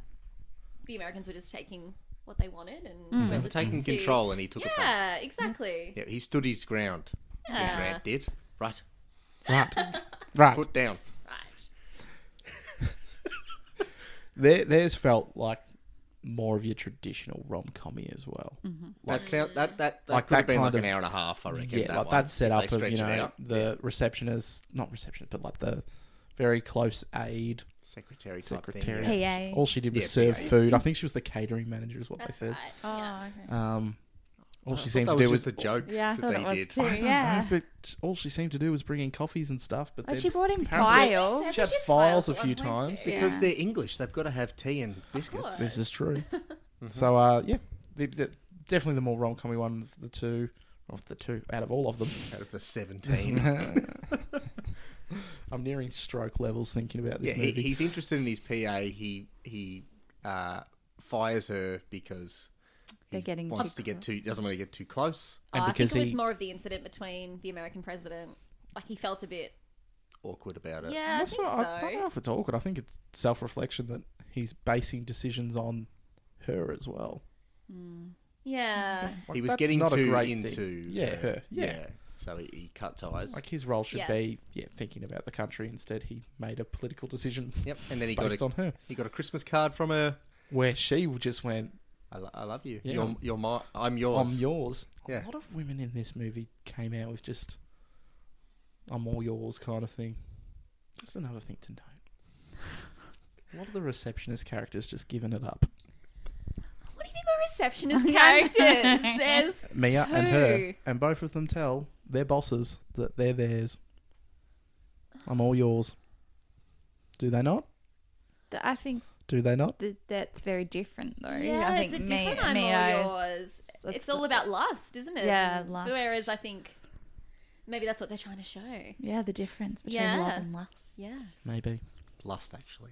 C: the Americans were just taking what they wanted and
A: Hmm.
B: They were taking control, and he took it back.
C: Yeah, exactly.
B: Hmm. Yeah, he stood his ground. Hugh
C: Yeah.
B: Grant did. Right,
A: Right, right.
B: foot down.
C: Right.
A: There, theirs felt like more of your traditional rom commy as well.
B: That sound that that, that
A: Like
B: could have
A: that
B: been
A: kind
B: like an
A: of-
B: hour and a half, I reckon.
A: Yeah,
B: that
A: like
B: one,
A: that setup
B: if they
A: of you
B: stretch
A: know
B: it out.
A: the receptionist, not receptionist, but like the very close aide
B: secretary type
A: secretary.
B: thing. yeah.
D: PA.
A: All she did was
B: Yeah,
A: serve
B: PA.
A: food. I think she was the catering manager, is what
C: That's
A: they said.
C: right.
B: Uh,
C: Yeah.
D: Oh, okay.
A: Um, all she
B: I thought
A: seemed
B: that
A: to do was
B: just a joke
D: Yeah, I
B: that
D: thought
B: they
D: it was
B: did.
D: too.
A: I don't
D: Yeah.
A: know, but all she seemed to do was bring in coffees and stuff. But
D: But
A: then
D: she brought him
A: apparently-
D: pile.
C: Said
A: She had
C: that had
A: files Oh. a
C: filed
A: few
C: at one point
A: times.
C: too.
B: Because
D: Yeah.
B: they're English, they've got to have tea and biscuits.
C: course.
A: This is true. So, uh, yeah, the, the, definitely the more rom commy one of the two, of the two, out of all of them.
B: Out of the seventeen,
A: I'm nearing stroke levels thinking about this
B: yeah, he,
A: movie.
B: he's interested in his PA. He he uh, fires her because
D: They're
B: he
D: getting
B: wants
D: too
B: to get too doesn't want to get too close.
C: Oh, I
A: because
C: think it was
A: he-
C: more of the incident between the American president. Like he felt a bit.
B: Awkward about it.
C: Yeah, I
A: That's
C: think
A: what- I don't know
C: so.
A: if it's awkward. I think it's self reflection that he's basing decisions on her as well.
D: Hmm.
C: Yeah.
A: Like,
B: he was
A: that's
B: getting
A: not a
B: too
A: great thing.
B: into
A: Yeah,
B: uh,
A: her. Yeah.
B: So he, he cut ties.
A: Like his role should
C: Yes.
A: be, yeah, thinking about the country. Instead, he made a political decision
B: yep, and then he got
A: based
B: a,
A: on her,
B: he got a Christmas card from her.
A: where she just went,
B: I, lo- I love you.
A: Yeah.
B: You're, you're my, I'm
A: I'm
B: yours.
A: yours.
B: Yeah.
A: A lot of women in this movie came out with just I'm all yours kind of thing. That's another thing to note. A lot of the receptionist characters just giving it up.
C: What do you think about receptionist characters? There's
A: Mia
C: two.
A: and her. And both of them tell their bosses that they're theirs. I'm all yours. Do they not?
D: Th- I think
A: Do they not?
D: that that's very different, though.
C: Yeah,
D: I
C: it's
D: think
C: a
D: Mi-
C: different I'm
D: Mia is-
C: all yours.
D: it's
C: It's all about lust, isn't it?
D: Yeah,
C: And
D: lust.
C: Whereas I think maybe that's what they're trying to show.
D: Yeah, the difference between
C: Yeah.
D: love and lust.
C: Yeah.
A: Maybe.
B: Lust, actually.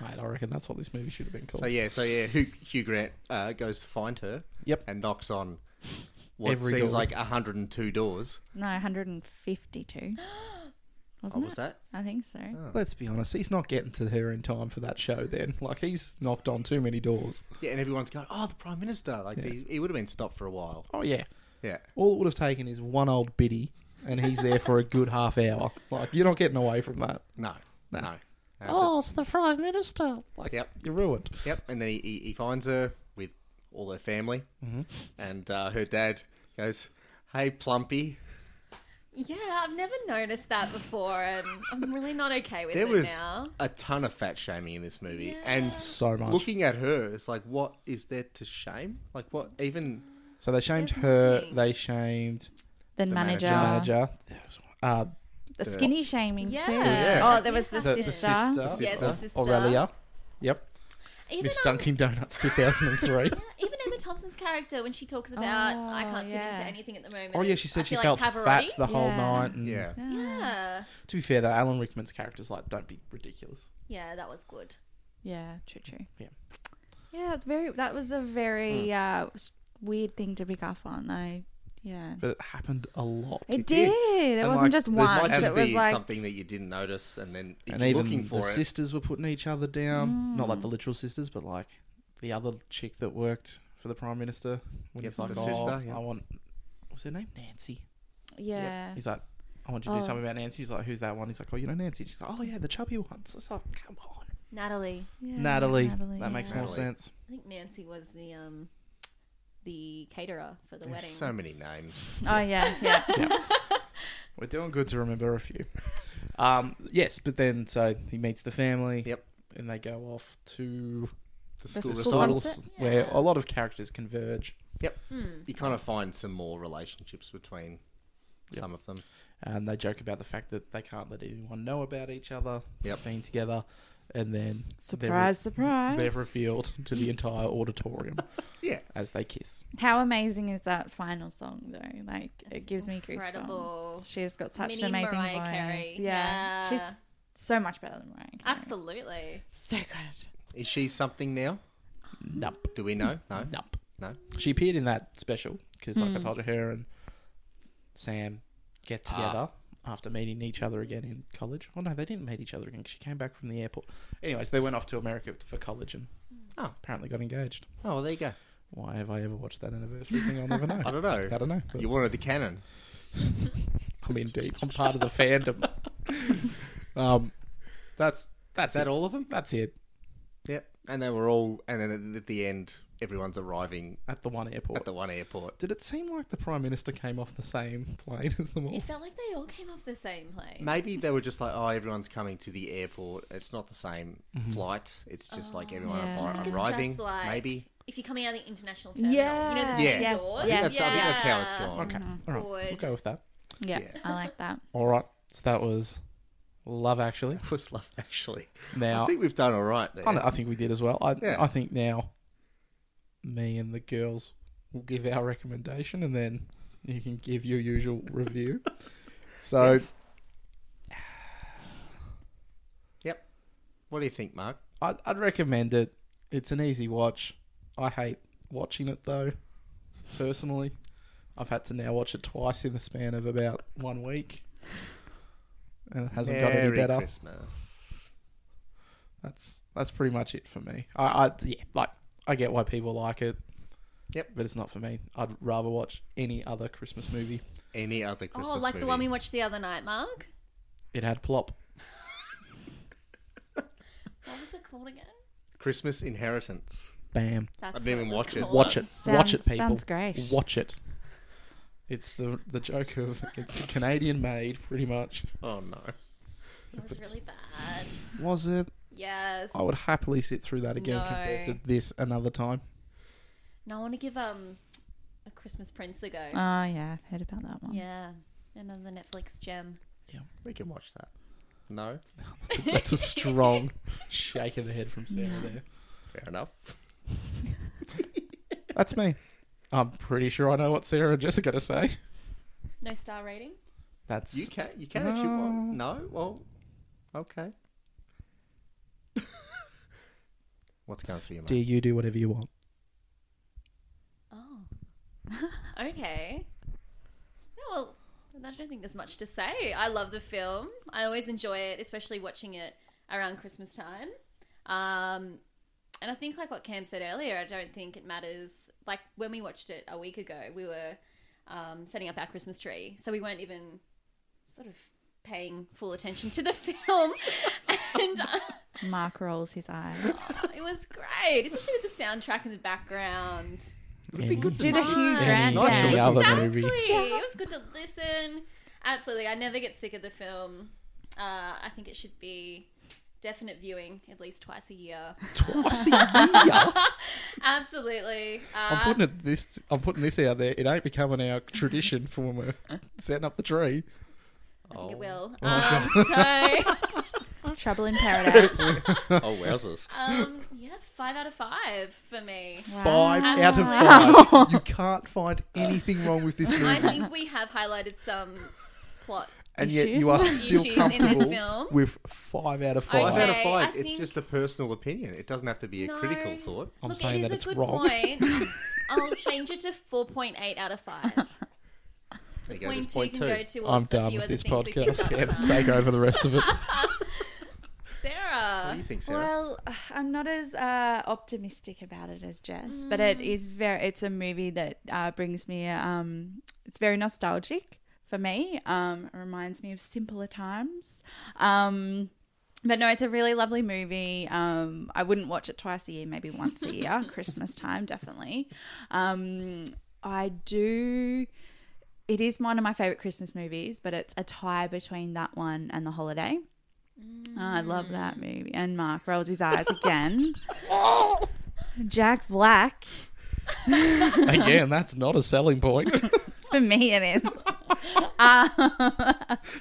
A: Mate, I reckon that's what this movie should have been called.
B: So yeah, so yeah, Hugh, Hugh Grant uh, goes to find her.
A: Yep.
B: And knocks on what
A: Every
B: seems
A: door.
B: like 102 doors.
D: No, 152.
B: What
D: Wasn't
B: was
D: it?
B: that?
D: I think so.
B: Oh.
A: Let's be honest, he's not getting to her in time for that show then. Like he's knocked on too many doors.
B: Yeah, and everyone's going, "Oh, the prime minister!" Like he, he would have been stopped for a while.
A: Oh yeah.
B: Yeah.
A: All it would have taken is one old biddy, and he's there for a good half hour. Like you're not getting away from that.
B: No. No. Uh,
A: Oh, it's the prime minister. Like
B: Yep.
A: you're ruined.
B: but- Yep. And then he, he, he finds her with all her family,
A: Mm-hmm.
B: and uh, her dad goes, "Hey, plumpy."
C: Yeah, I've never noticed that before, and I'm really not okay with
B: There
C: it
B: was
C: now.
B: a ton of fat shaming in this movie, and
A: So much.
B: looking at her, it's like, what is there to shame? Like, what even?
A: so they shamed
C: There's
A: her.
C: nothing.
A: They shamed
D: The,
B: manager.
D: manager.
A: the manager. There was one- Uh,
D: The skinny shaming,
C: Yeah.
D: too.
C: Yeah.
D: Oh, there was the,
A: the, the
D: sister.
A: sister.
C: Yes, the sister.
A: Aurelia. Yep.
C: Even,
A: Miss
C: um,
A: Dunkin' Donuts 2003.
C: even Emma Thompson's character, when she talks about I
D: Oh,
C: can't fit
D: yeah.
C: into anything at the moment.
A: oh yeah,
C: and
A: she
C: I
A: said she
C: feel
A: felt
C: like
A: fat
C: Pavarotti.
A: the whole
D: Yeah.
A: night. And
B: Yeah.
C: Yeah,
A: To be fair though, Alan Rickman's character's like, don't be ridiculous.
C: yeah, that was good.
D: Yeah, true, true.
A: Yeah.
D: Yeah, it's very. That was a very uh, s- weird thing to pick up on. I, yeah.
A: But it happened a lot.
D: It,
B: is.
D: did. It
B: And,
D: wasn't
B: like,
D: just
B: there's
D: once.
B: Might just
D: It was
B: be
D: like
B: something that you didn't notice, and then if
A: and
B: you're
A: even
B: looking for
A: the
B: it,
D: Mm.
A: sisters were putting each other down. Not like the literal sisters, but like the other chick that worked for the prime minister when
B: Yep,
A: he's like,
B: the
A: "Oh,
B: sister, yeah.
A: I want what's her name, Nancy."
D: Yeah.
A: He's like, "I want you to do
D: Oh.
A: something about Nancy." He's like, "Who's that one?" He's like, "Oh, you know Nancy." She's like, "Oh yeah, the chubby one." So It's like, "Come on,
C: Natalie.
D: Yeah,
A: Natalie, That makes
C: yeah.
A: more
B: Natalie.
A: sense.
C: I think Nancy was the um the caterer for the
B: There's
C: wedding.
B: so many names.
D: Oh yeah, yeah.
A: We're doing good to remember a few. Um, yes, but then so he meets the family.
B: Yep.
A: And they go off to
B: The
D: The
B: school
D: school
B: recital.
D: concert.
A: schools where a lot of characters converge.
B: Yep.
C: Hmm.
B: You kind of find some more relationships between some of them.
A: and they joke about the fact that they can't let anyone know about each other
B: Yep.
A: being together, and then they're re-
D: Surprise, surprise.
A: they're revealed to the entire auditorium
B: Yeah.
A: as they kiss.
D: How amazing is that final song though? Like
C: That's
D: it gives me
C: incredible.
D: goosebumps. She's got such
C: Mini
D: an amazing
C: Mariah
D: voice.
C: Carey.
D: Yeah.
C: Yeah.
D: She's so much better than Mariah. Carey.
C: Absolutely.
D: So good.
B: Is she something now?
A: Nope,
B: Do we know? No.
A: nope.
B: No.
A: She appeared in that special because, like
D: Hmm.
A: I told you, her and Sam get
B: Ah.
A: together after meeting each other again in college. Oh no, they didn't meet each other again. 'cause She came back from the airport. Anyways, they went off to America for college and
B: Oh.
A: apparently got engaged.
B: Oh, well, there you go.
A: Why have I ever watched that anniversary thing? I'll never know.
B: I don't know.
A: I don't know. but-
B: You wanted the canon.
A: I'm in deep. I'm part of the fandom. um, that's that's
B: Is that
A: it.
B: all of them?
A: That's it.
B: Yep. And they were all, and then at the end, everyone's arriving
A: At the one airport.
B: at the one airport.
A: Did it seem like the prime minister came off the same plane as them all?
C: It felt like they all came off the same plane.
B: Maybe they were just like, oh, everyone's coming to the airport. It's not the same flight. It's just like everyone arri-
D: Yeah. Do you
C: Oh, think it's
B: arriving.
C: just like-
B: Maybe.
C: if you're coming out of the international terminal, you know the
D: Yeah.
C: same
B: Yeah.
D: Yes,
C: doors.
B: I, think
D: yes,
B: that's, I think that's how it's
C: Yeah.
B: gone.
A: Okay, all right, we'll
C: Good.
A: go with that.
D: Yeah,
B: Yeah.
D: I like that.
A: All right, so that was Love Actually.
B: Puss Love, actually.
A: Now,
B: I think we've done all right there.
A: I, know- I think we did as well. I
B: Yeah.
A: I think now, me and the girls will give our recommendation, and then you can give your usual review. So
B: Yep. What do you think, Mark?
A: I'd, I'd recommend it. It's an easy watch. I hate watching it though, personally. I've had to now watch it twice in the span of about one week, and it hasn't got any
B: Merry
A: better.
B: Christmas.
A: That's that's pretty much it for me. I, I yeah, like I get why people like it.
B: Yep.
A: but it's not for me. I'd rather watch any other Christmas movie.
B: Any other Christmas
C: oh, like
B: movie?
C: the one we watched the other night, Mark.
A: It had plop.
C: What was it called again?
B: Christmas Inheritance.
A: Bam.
C: That's
B: I didn't
C: what
B: even
C: was
B: watch it.
C: called.
A: Watch it. Watch it,
D: Sounds-
A: people.
D: sounds great.
A: Watch it. It's the the joke of it's Canadian made, pretty much.
B: Oh, no.
C: It was really bad.
A: Was it?
C: Yes.
B: Oh.
A: I would happily sit through that again
C: No.
A: compared to this another time.
C: Now I want to give um a Christmas Prince a go.
D: Oh yeah, I've heard about that one.
C: yeah, another Netflix gem.
B: We can watch that. No?
A: That's a strong shake of the head from Sarah there.
B: Fair enough.
A: That's me. I'm pretty sure I know what Sarah and Jessica to say.
C: No star rating.
A: That's
B: You can, you can if you want. No? Well, okay. What's going through your mind?
A: dear. You do whatever you want.
C: Oh. okay. Yeah, well, I don't think there's much to say. I love the film. I always enjoy it, especially watching it around Christmas time. Um, and I think, like what Cam said earlier, I don't think it matters. Like when we watched it a week ago, we were um, setting up our Christmas tree, so we weren't even sort of paying full attention to the film. and. Uh,
D: Mark rolls his eyes.
C: it was great, especially with the soundtrack in the background.
A: It'd be good
D: Did a Hugh
A: Any
D: Grant
B: Nice to
D: dance.
B: listen
A: other
C: Exactly.
A: movie.
C: It was good to listen. Absolutely. I never get sick of the film. Uh, I think it should be definite viewing at least twice a year.
A: Twice a year.
C: Absolutely.
A: I'm
C: Uh,
A: putting it this. I'm putting this out there. It ain't becoming our tradition for when we're setting up the tree.
C: I think it
B: Oh,
C: will. Um, so,
D: Trouble in Paradise.
B: oh wowzers.
C: um, yeah, five out of five for me.
A: Five
D: Wow.
A: out of five. you can't find anything wrong with this
C: I
A: movie,
C: think we have highlighted some plot.
A: and yet
D: Issues?
A: you are still
C: Issues in this
A: comfortable
C: film?
A: with five out of five.
B: Five out of
C: Okay,
B: five.
C: I
B: It's
C: think-
B: just a personal opinion. It doesn't have to be a
C: No.
B: critical thought.
A: I'm
C: Look,
A: saying
C: it is
A: that it's
C: a good
A: wrong.
C: point. I'll change it to 4.8 out of 5.
B: There you go.
C: Point
B: There's
C: two
B: point
C: can go
B: two.
C: to.
A: I'm
C: whilst a
A: done
C: few
A: with
C: other
A: this
C: things we can
A: podcast.
C: touch
A: Kev,
C: on.
A: take over the rest of it.
C: Sarah.
B: What
C: Yeah.
B: do you think, Sarah?
D: Well, I'm not as uh, optimistic about it as Jess, but it is very. It's a movie that uh, brings me. Um, it's very nostalgic for me. Um, it reminds me of simpler times. Um, but no, it's a really lovely movie. Um, I wouldn't watch it twice a year, maybe once a year, Christmas time, definitely. Um, I do. It is one of my favorite Christmas movies, but it's a tie between that one and The Holiday. Oh, I love that movie. And Mark rolls his eyes again. Jack Black.
A: Again, that's not a selling point.
D: For me, it is.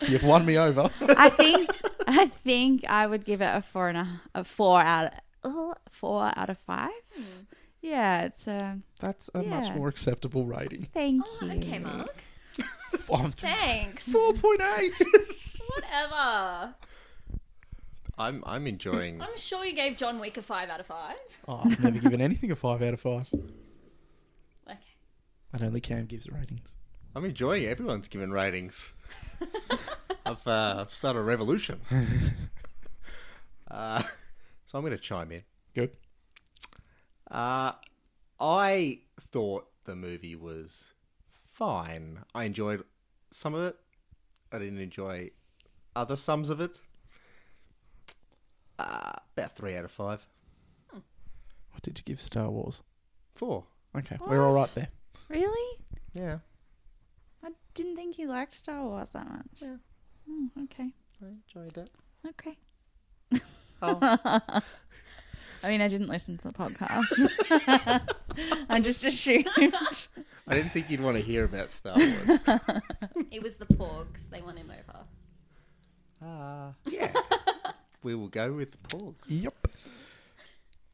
A: You've won me over.
D: I think. I think I would give it a four and a, a four out of oh, four out of five. Yeah, it's a
A: That's a much
D: Yeah.
A: more acceptable rating.
D: thank you.
C: Oh, Okay, Mark.
A: Four
C: Thanks.
A: point eight.
C: Whatever.
B: I'm I'm enjoying.
C: I'm sure you gave John Wick a five out of five.
A: Oh, I've never given anything a five out of five.
C: Okay.
A: And only Cam gives ratings.
B: I'm enjoying everyone's given ratings. I've uh, I've started a revolution. uh, so I'm going to chime in.
A: Good.
B: Uh, I thought the movie was fine. I enjoyed some of it. I didn't enjoy other sums of it. Uh, about three out of five.
A: What did you give Star Wars?
B: Four.
A: Okay, we're all right there.
D: Really?
B: Yeah.
D: I didn't think you liked Star Wars that much. Yeah. okay.
B: I enjoyed it.
D: Okay.
B: Oh,
D: I mean, I didn't listen to the podcast. I just assumed.
B: I didn't think you'd want to hear about Star Wars.
C: It was the porgs. They won him over.
B: Ah. yeah. We will go with the porgs.
A: Yep.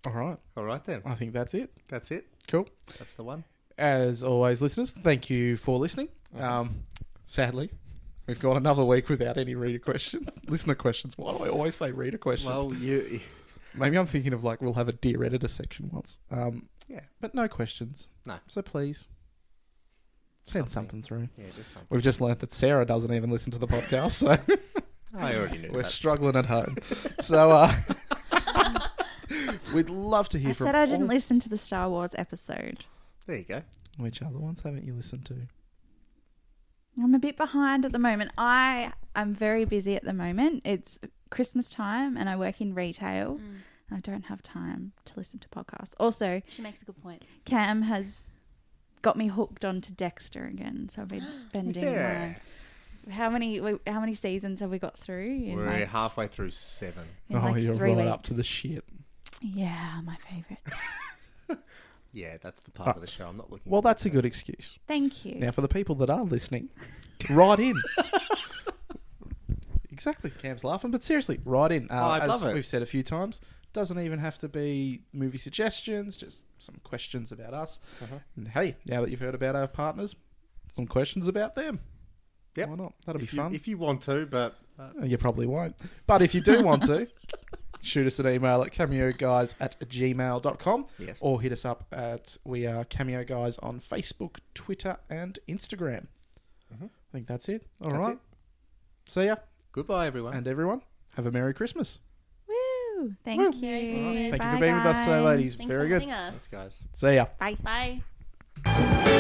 A: All right.
B: All right then.
A: I think that's it.
B: That's it.
A: Cool.
B: That's the one.
A: As always, listeners, thank you for listening. Um, sadly, we've gone another week without any reader questions, listener questions. Why do I always say reader questions?
B: Well, you.
A: Maybe I'm thinking of like we'll have a dear editor section once. Um,
B: Yeah.
A: but no questions.
B: No.
A: So please send something, through.
B: Yeah, just something.
A: We've just learnt that Sarah doesn't even listen to the podcast, so
B: I already knew
A: we're
B: that.
A: struggling at home. So uh, we'd love to hear
D: I
A: from
D: said I didn't
A: all-
D: listen to the Star Wars episode.
B: There you go.
A: Which other ones haven't you listened to?
D: I'm a bit behind at the moment. I I'm very busy at the moment. It's Christmas time and I work in retail.
A: Mm.
D: I don't have time to listen to podcasts. Also,
C: She makes a good point.
D: Cam has got me hooked onto Dexter again, so I've been spending
B: Yeah.
D: my how many how many seasons have we got through? In
B: We're
D: like,
B: halfway through seven.
D: in
A: oh,
D: like
A: you're
D: three
A: right
D: weeks.
A: up to the shit.
D: yeah, my favorite.
B: Yeah, that's the part of the show I'm not looking.
A: Well,
B: forward
A: that's a good excuse.
D: Thank you.
A: Now, for the people that are listening, write in. exactly. Cam's laughing, but seriously, write in. Uh,
B: Oh, I'd
A: as
B: love it.
A: We've said a few times, doesn't even have to be movie suggestions, just some questions about us. And hey, now that you've heard about our partners, some questions about them.
B: to. Yep.
A: Why not? That'll
B: if
A: be
B: you,
A: fun.
B: If you want to, but uh,
A: Uh, You probably won't. But if you do want to, shoot us an email at cameoguys at gmail.com
B: Yes.
A: or hit us up at we are cameo guys on Facebook, Twitter, and Instagram. I think that's it. All right.
B: Mm-hmm. That's
A: See ya.
B: goodbye, everyone.
A: And everyone, have a Merry Christmas.
D: Woo! Thank
A: Woo.
D: you.
C: Merry Christmas.
A: Thank you
D: Bye,
A: for being with us today,
D: guys.
A: ladies.
C: Thanks
A: Very
C: for
A: good.
C: having us.
B: Thanks, guys.
A: See ya.
D: Bye.
C: Bye.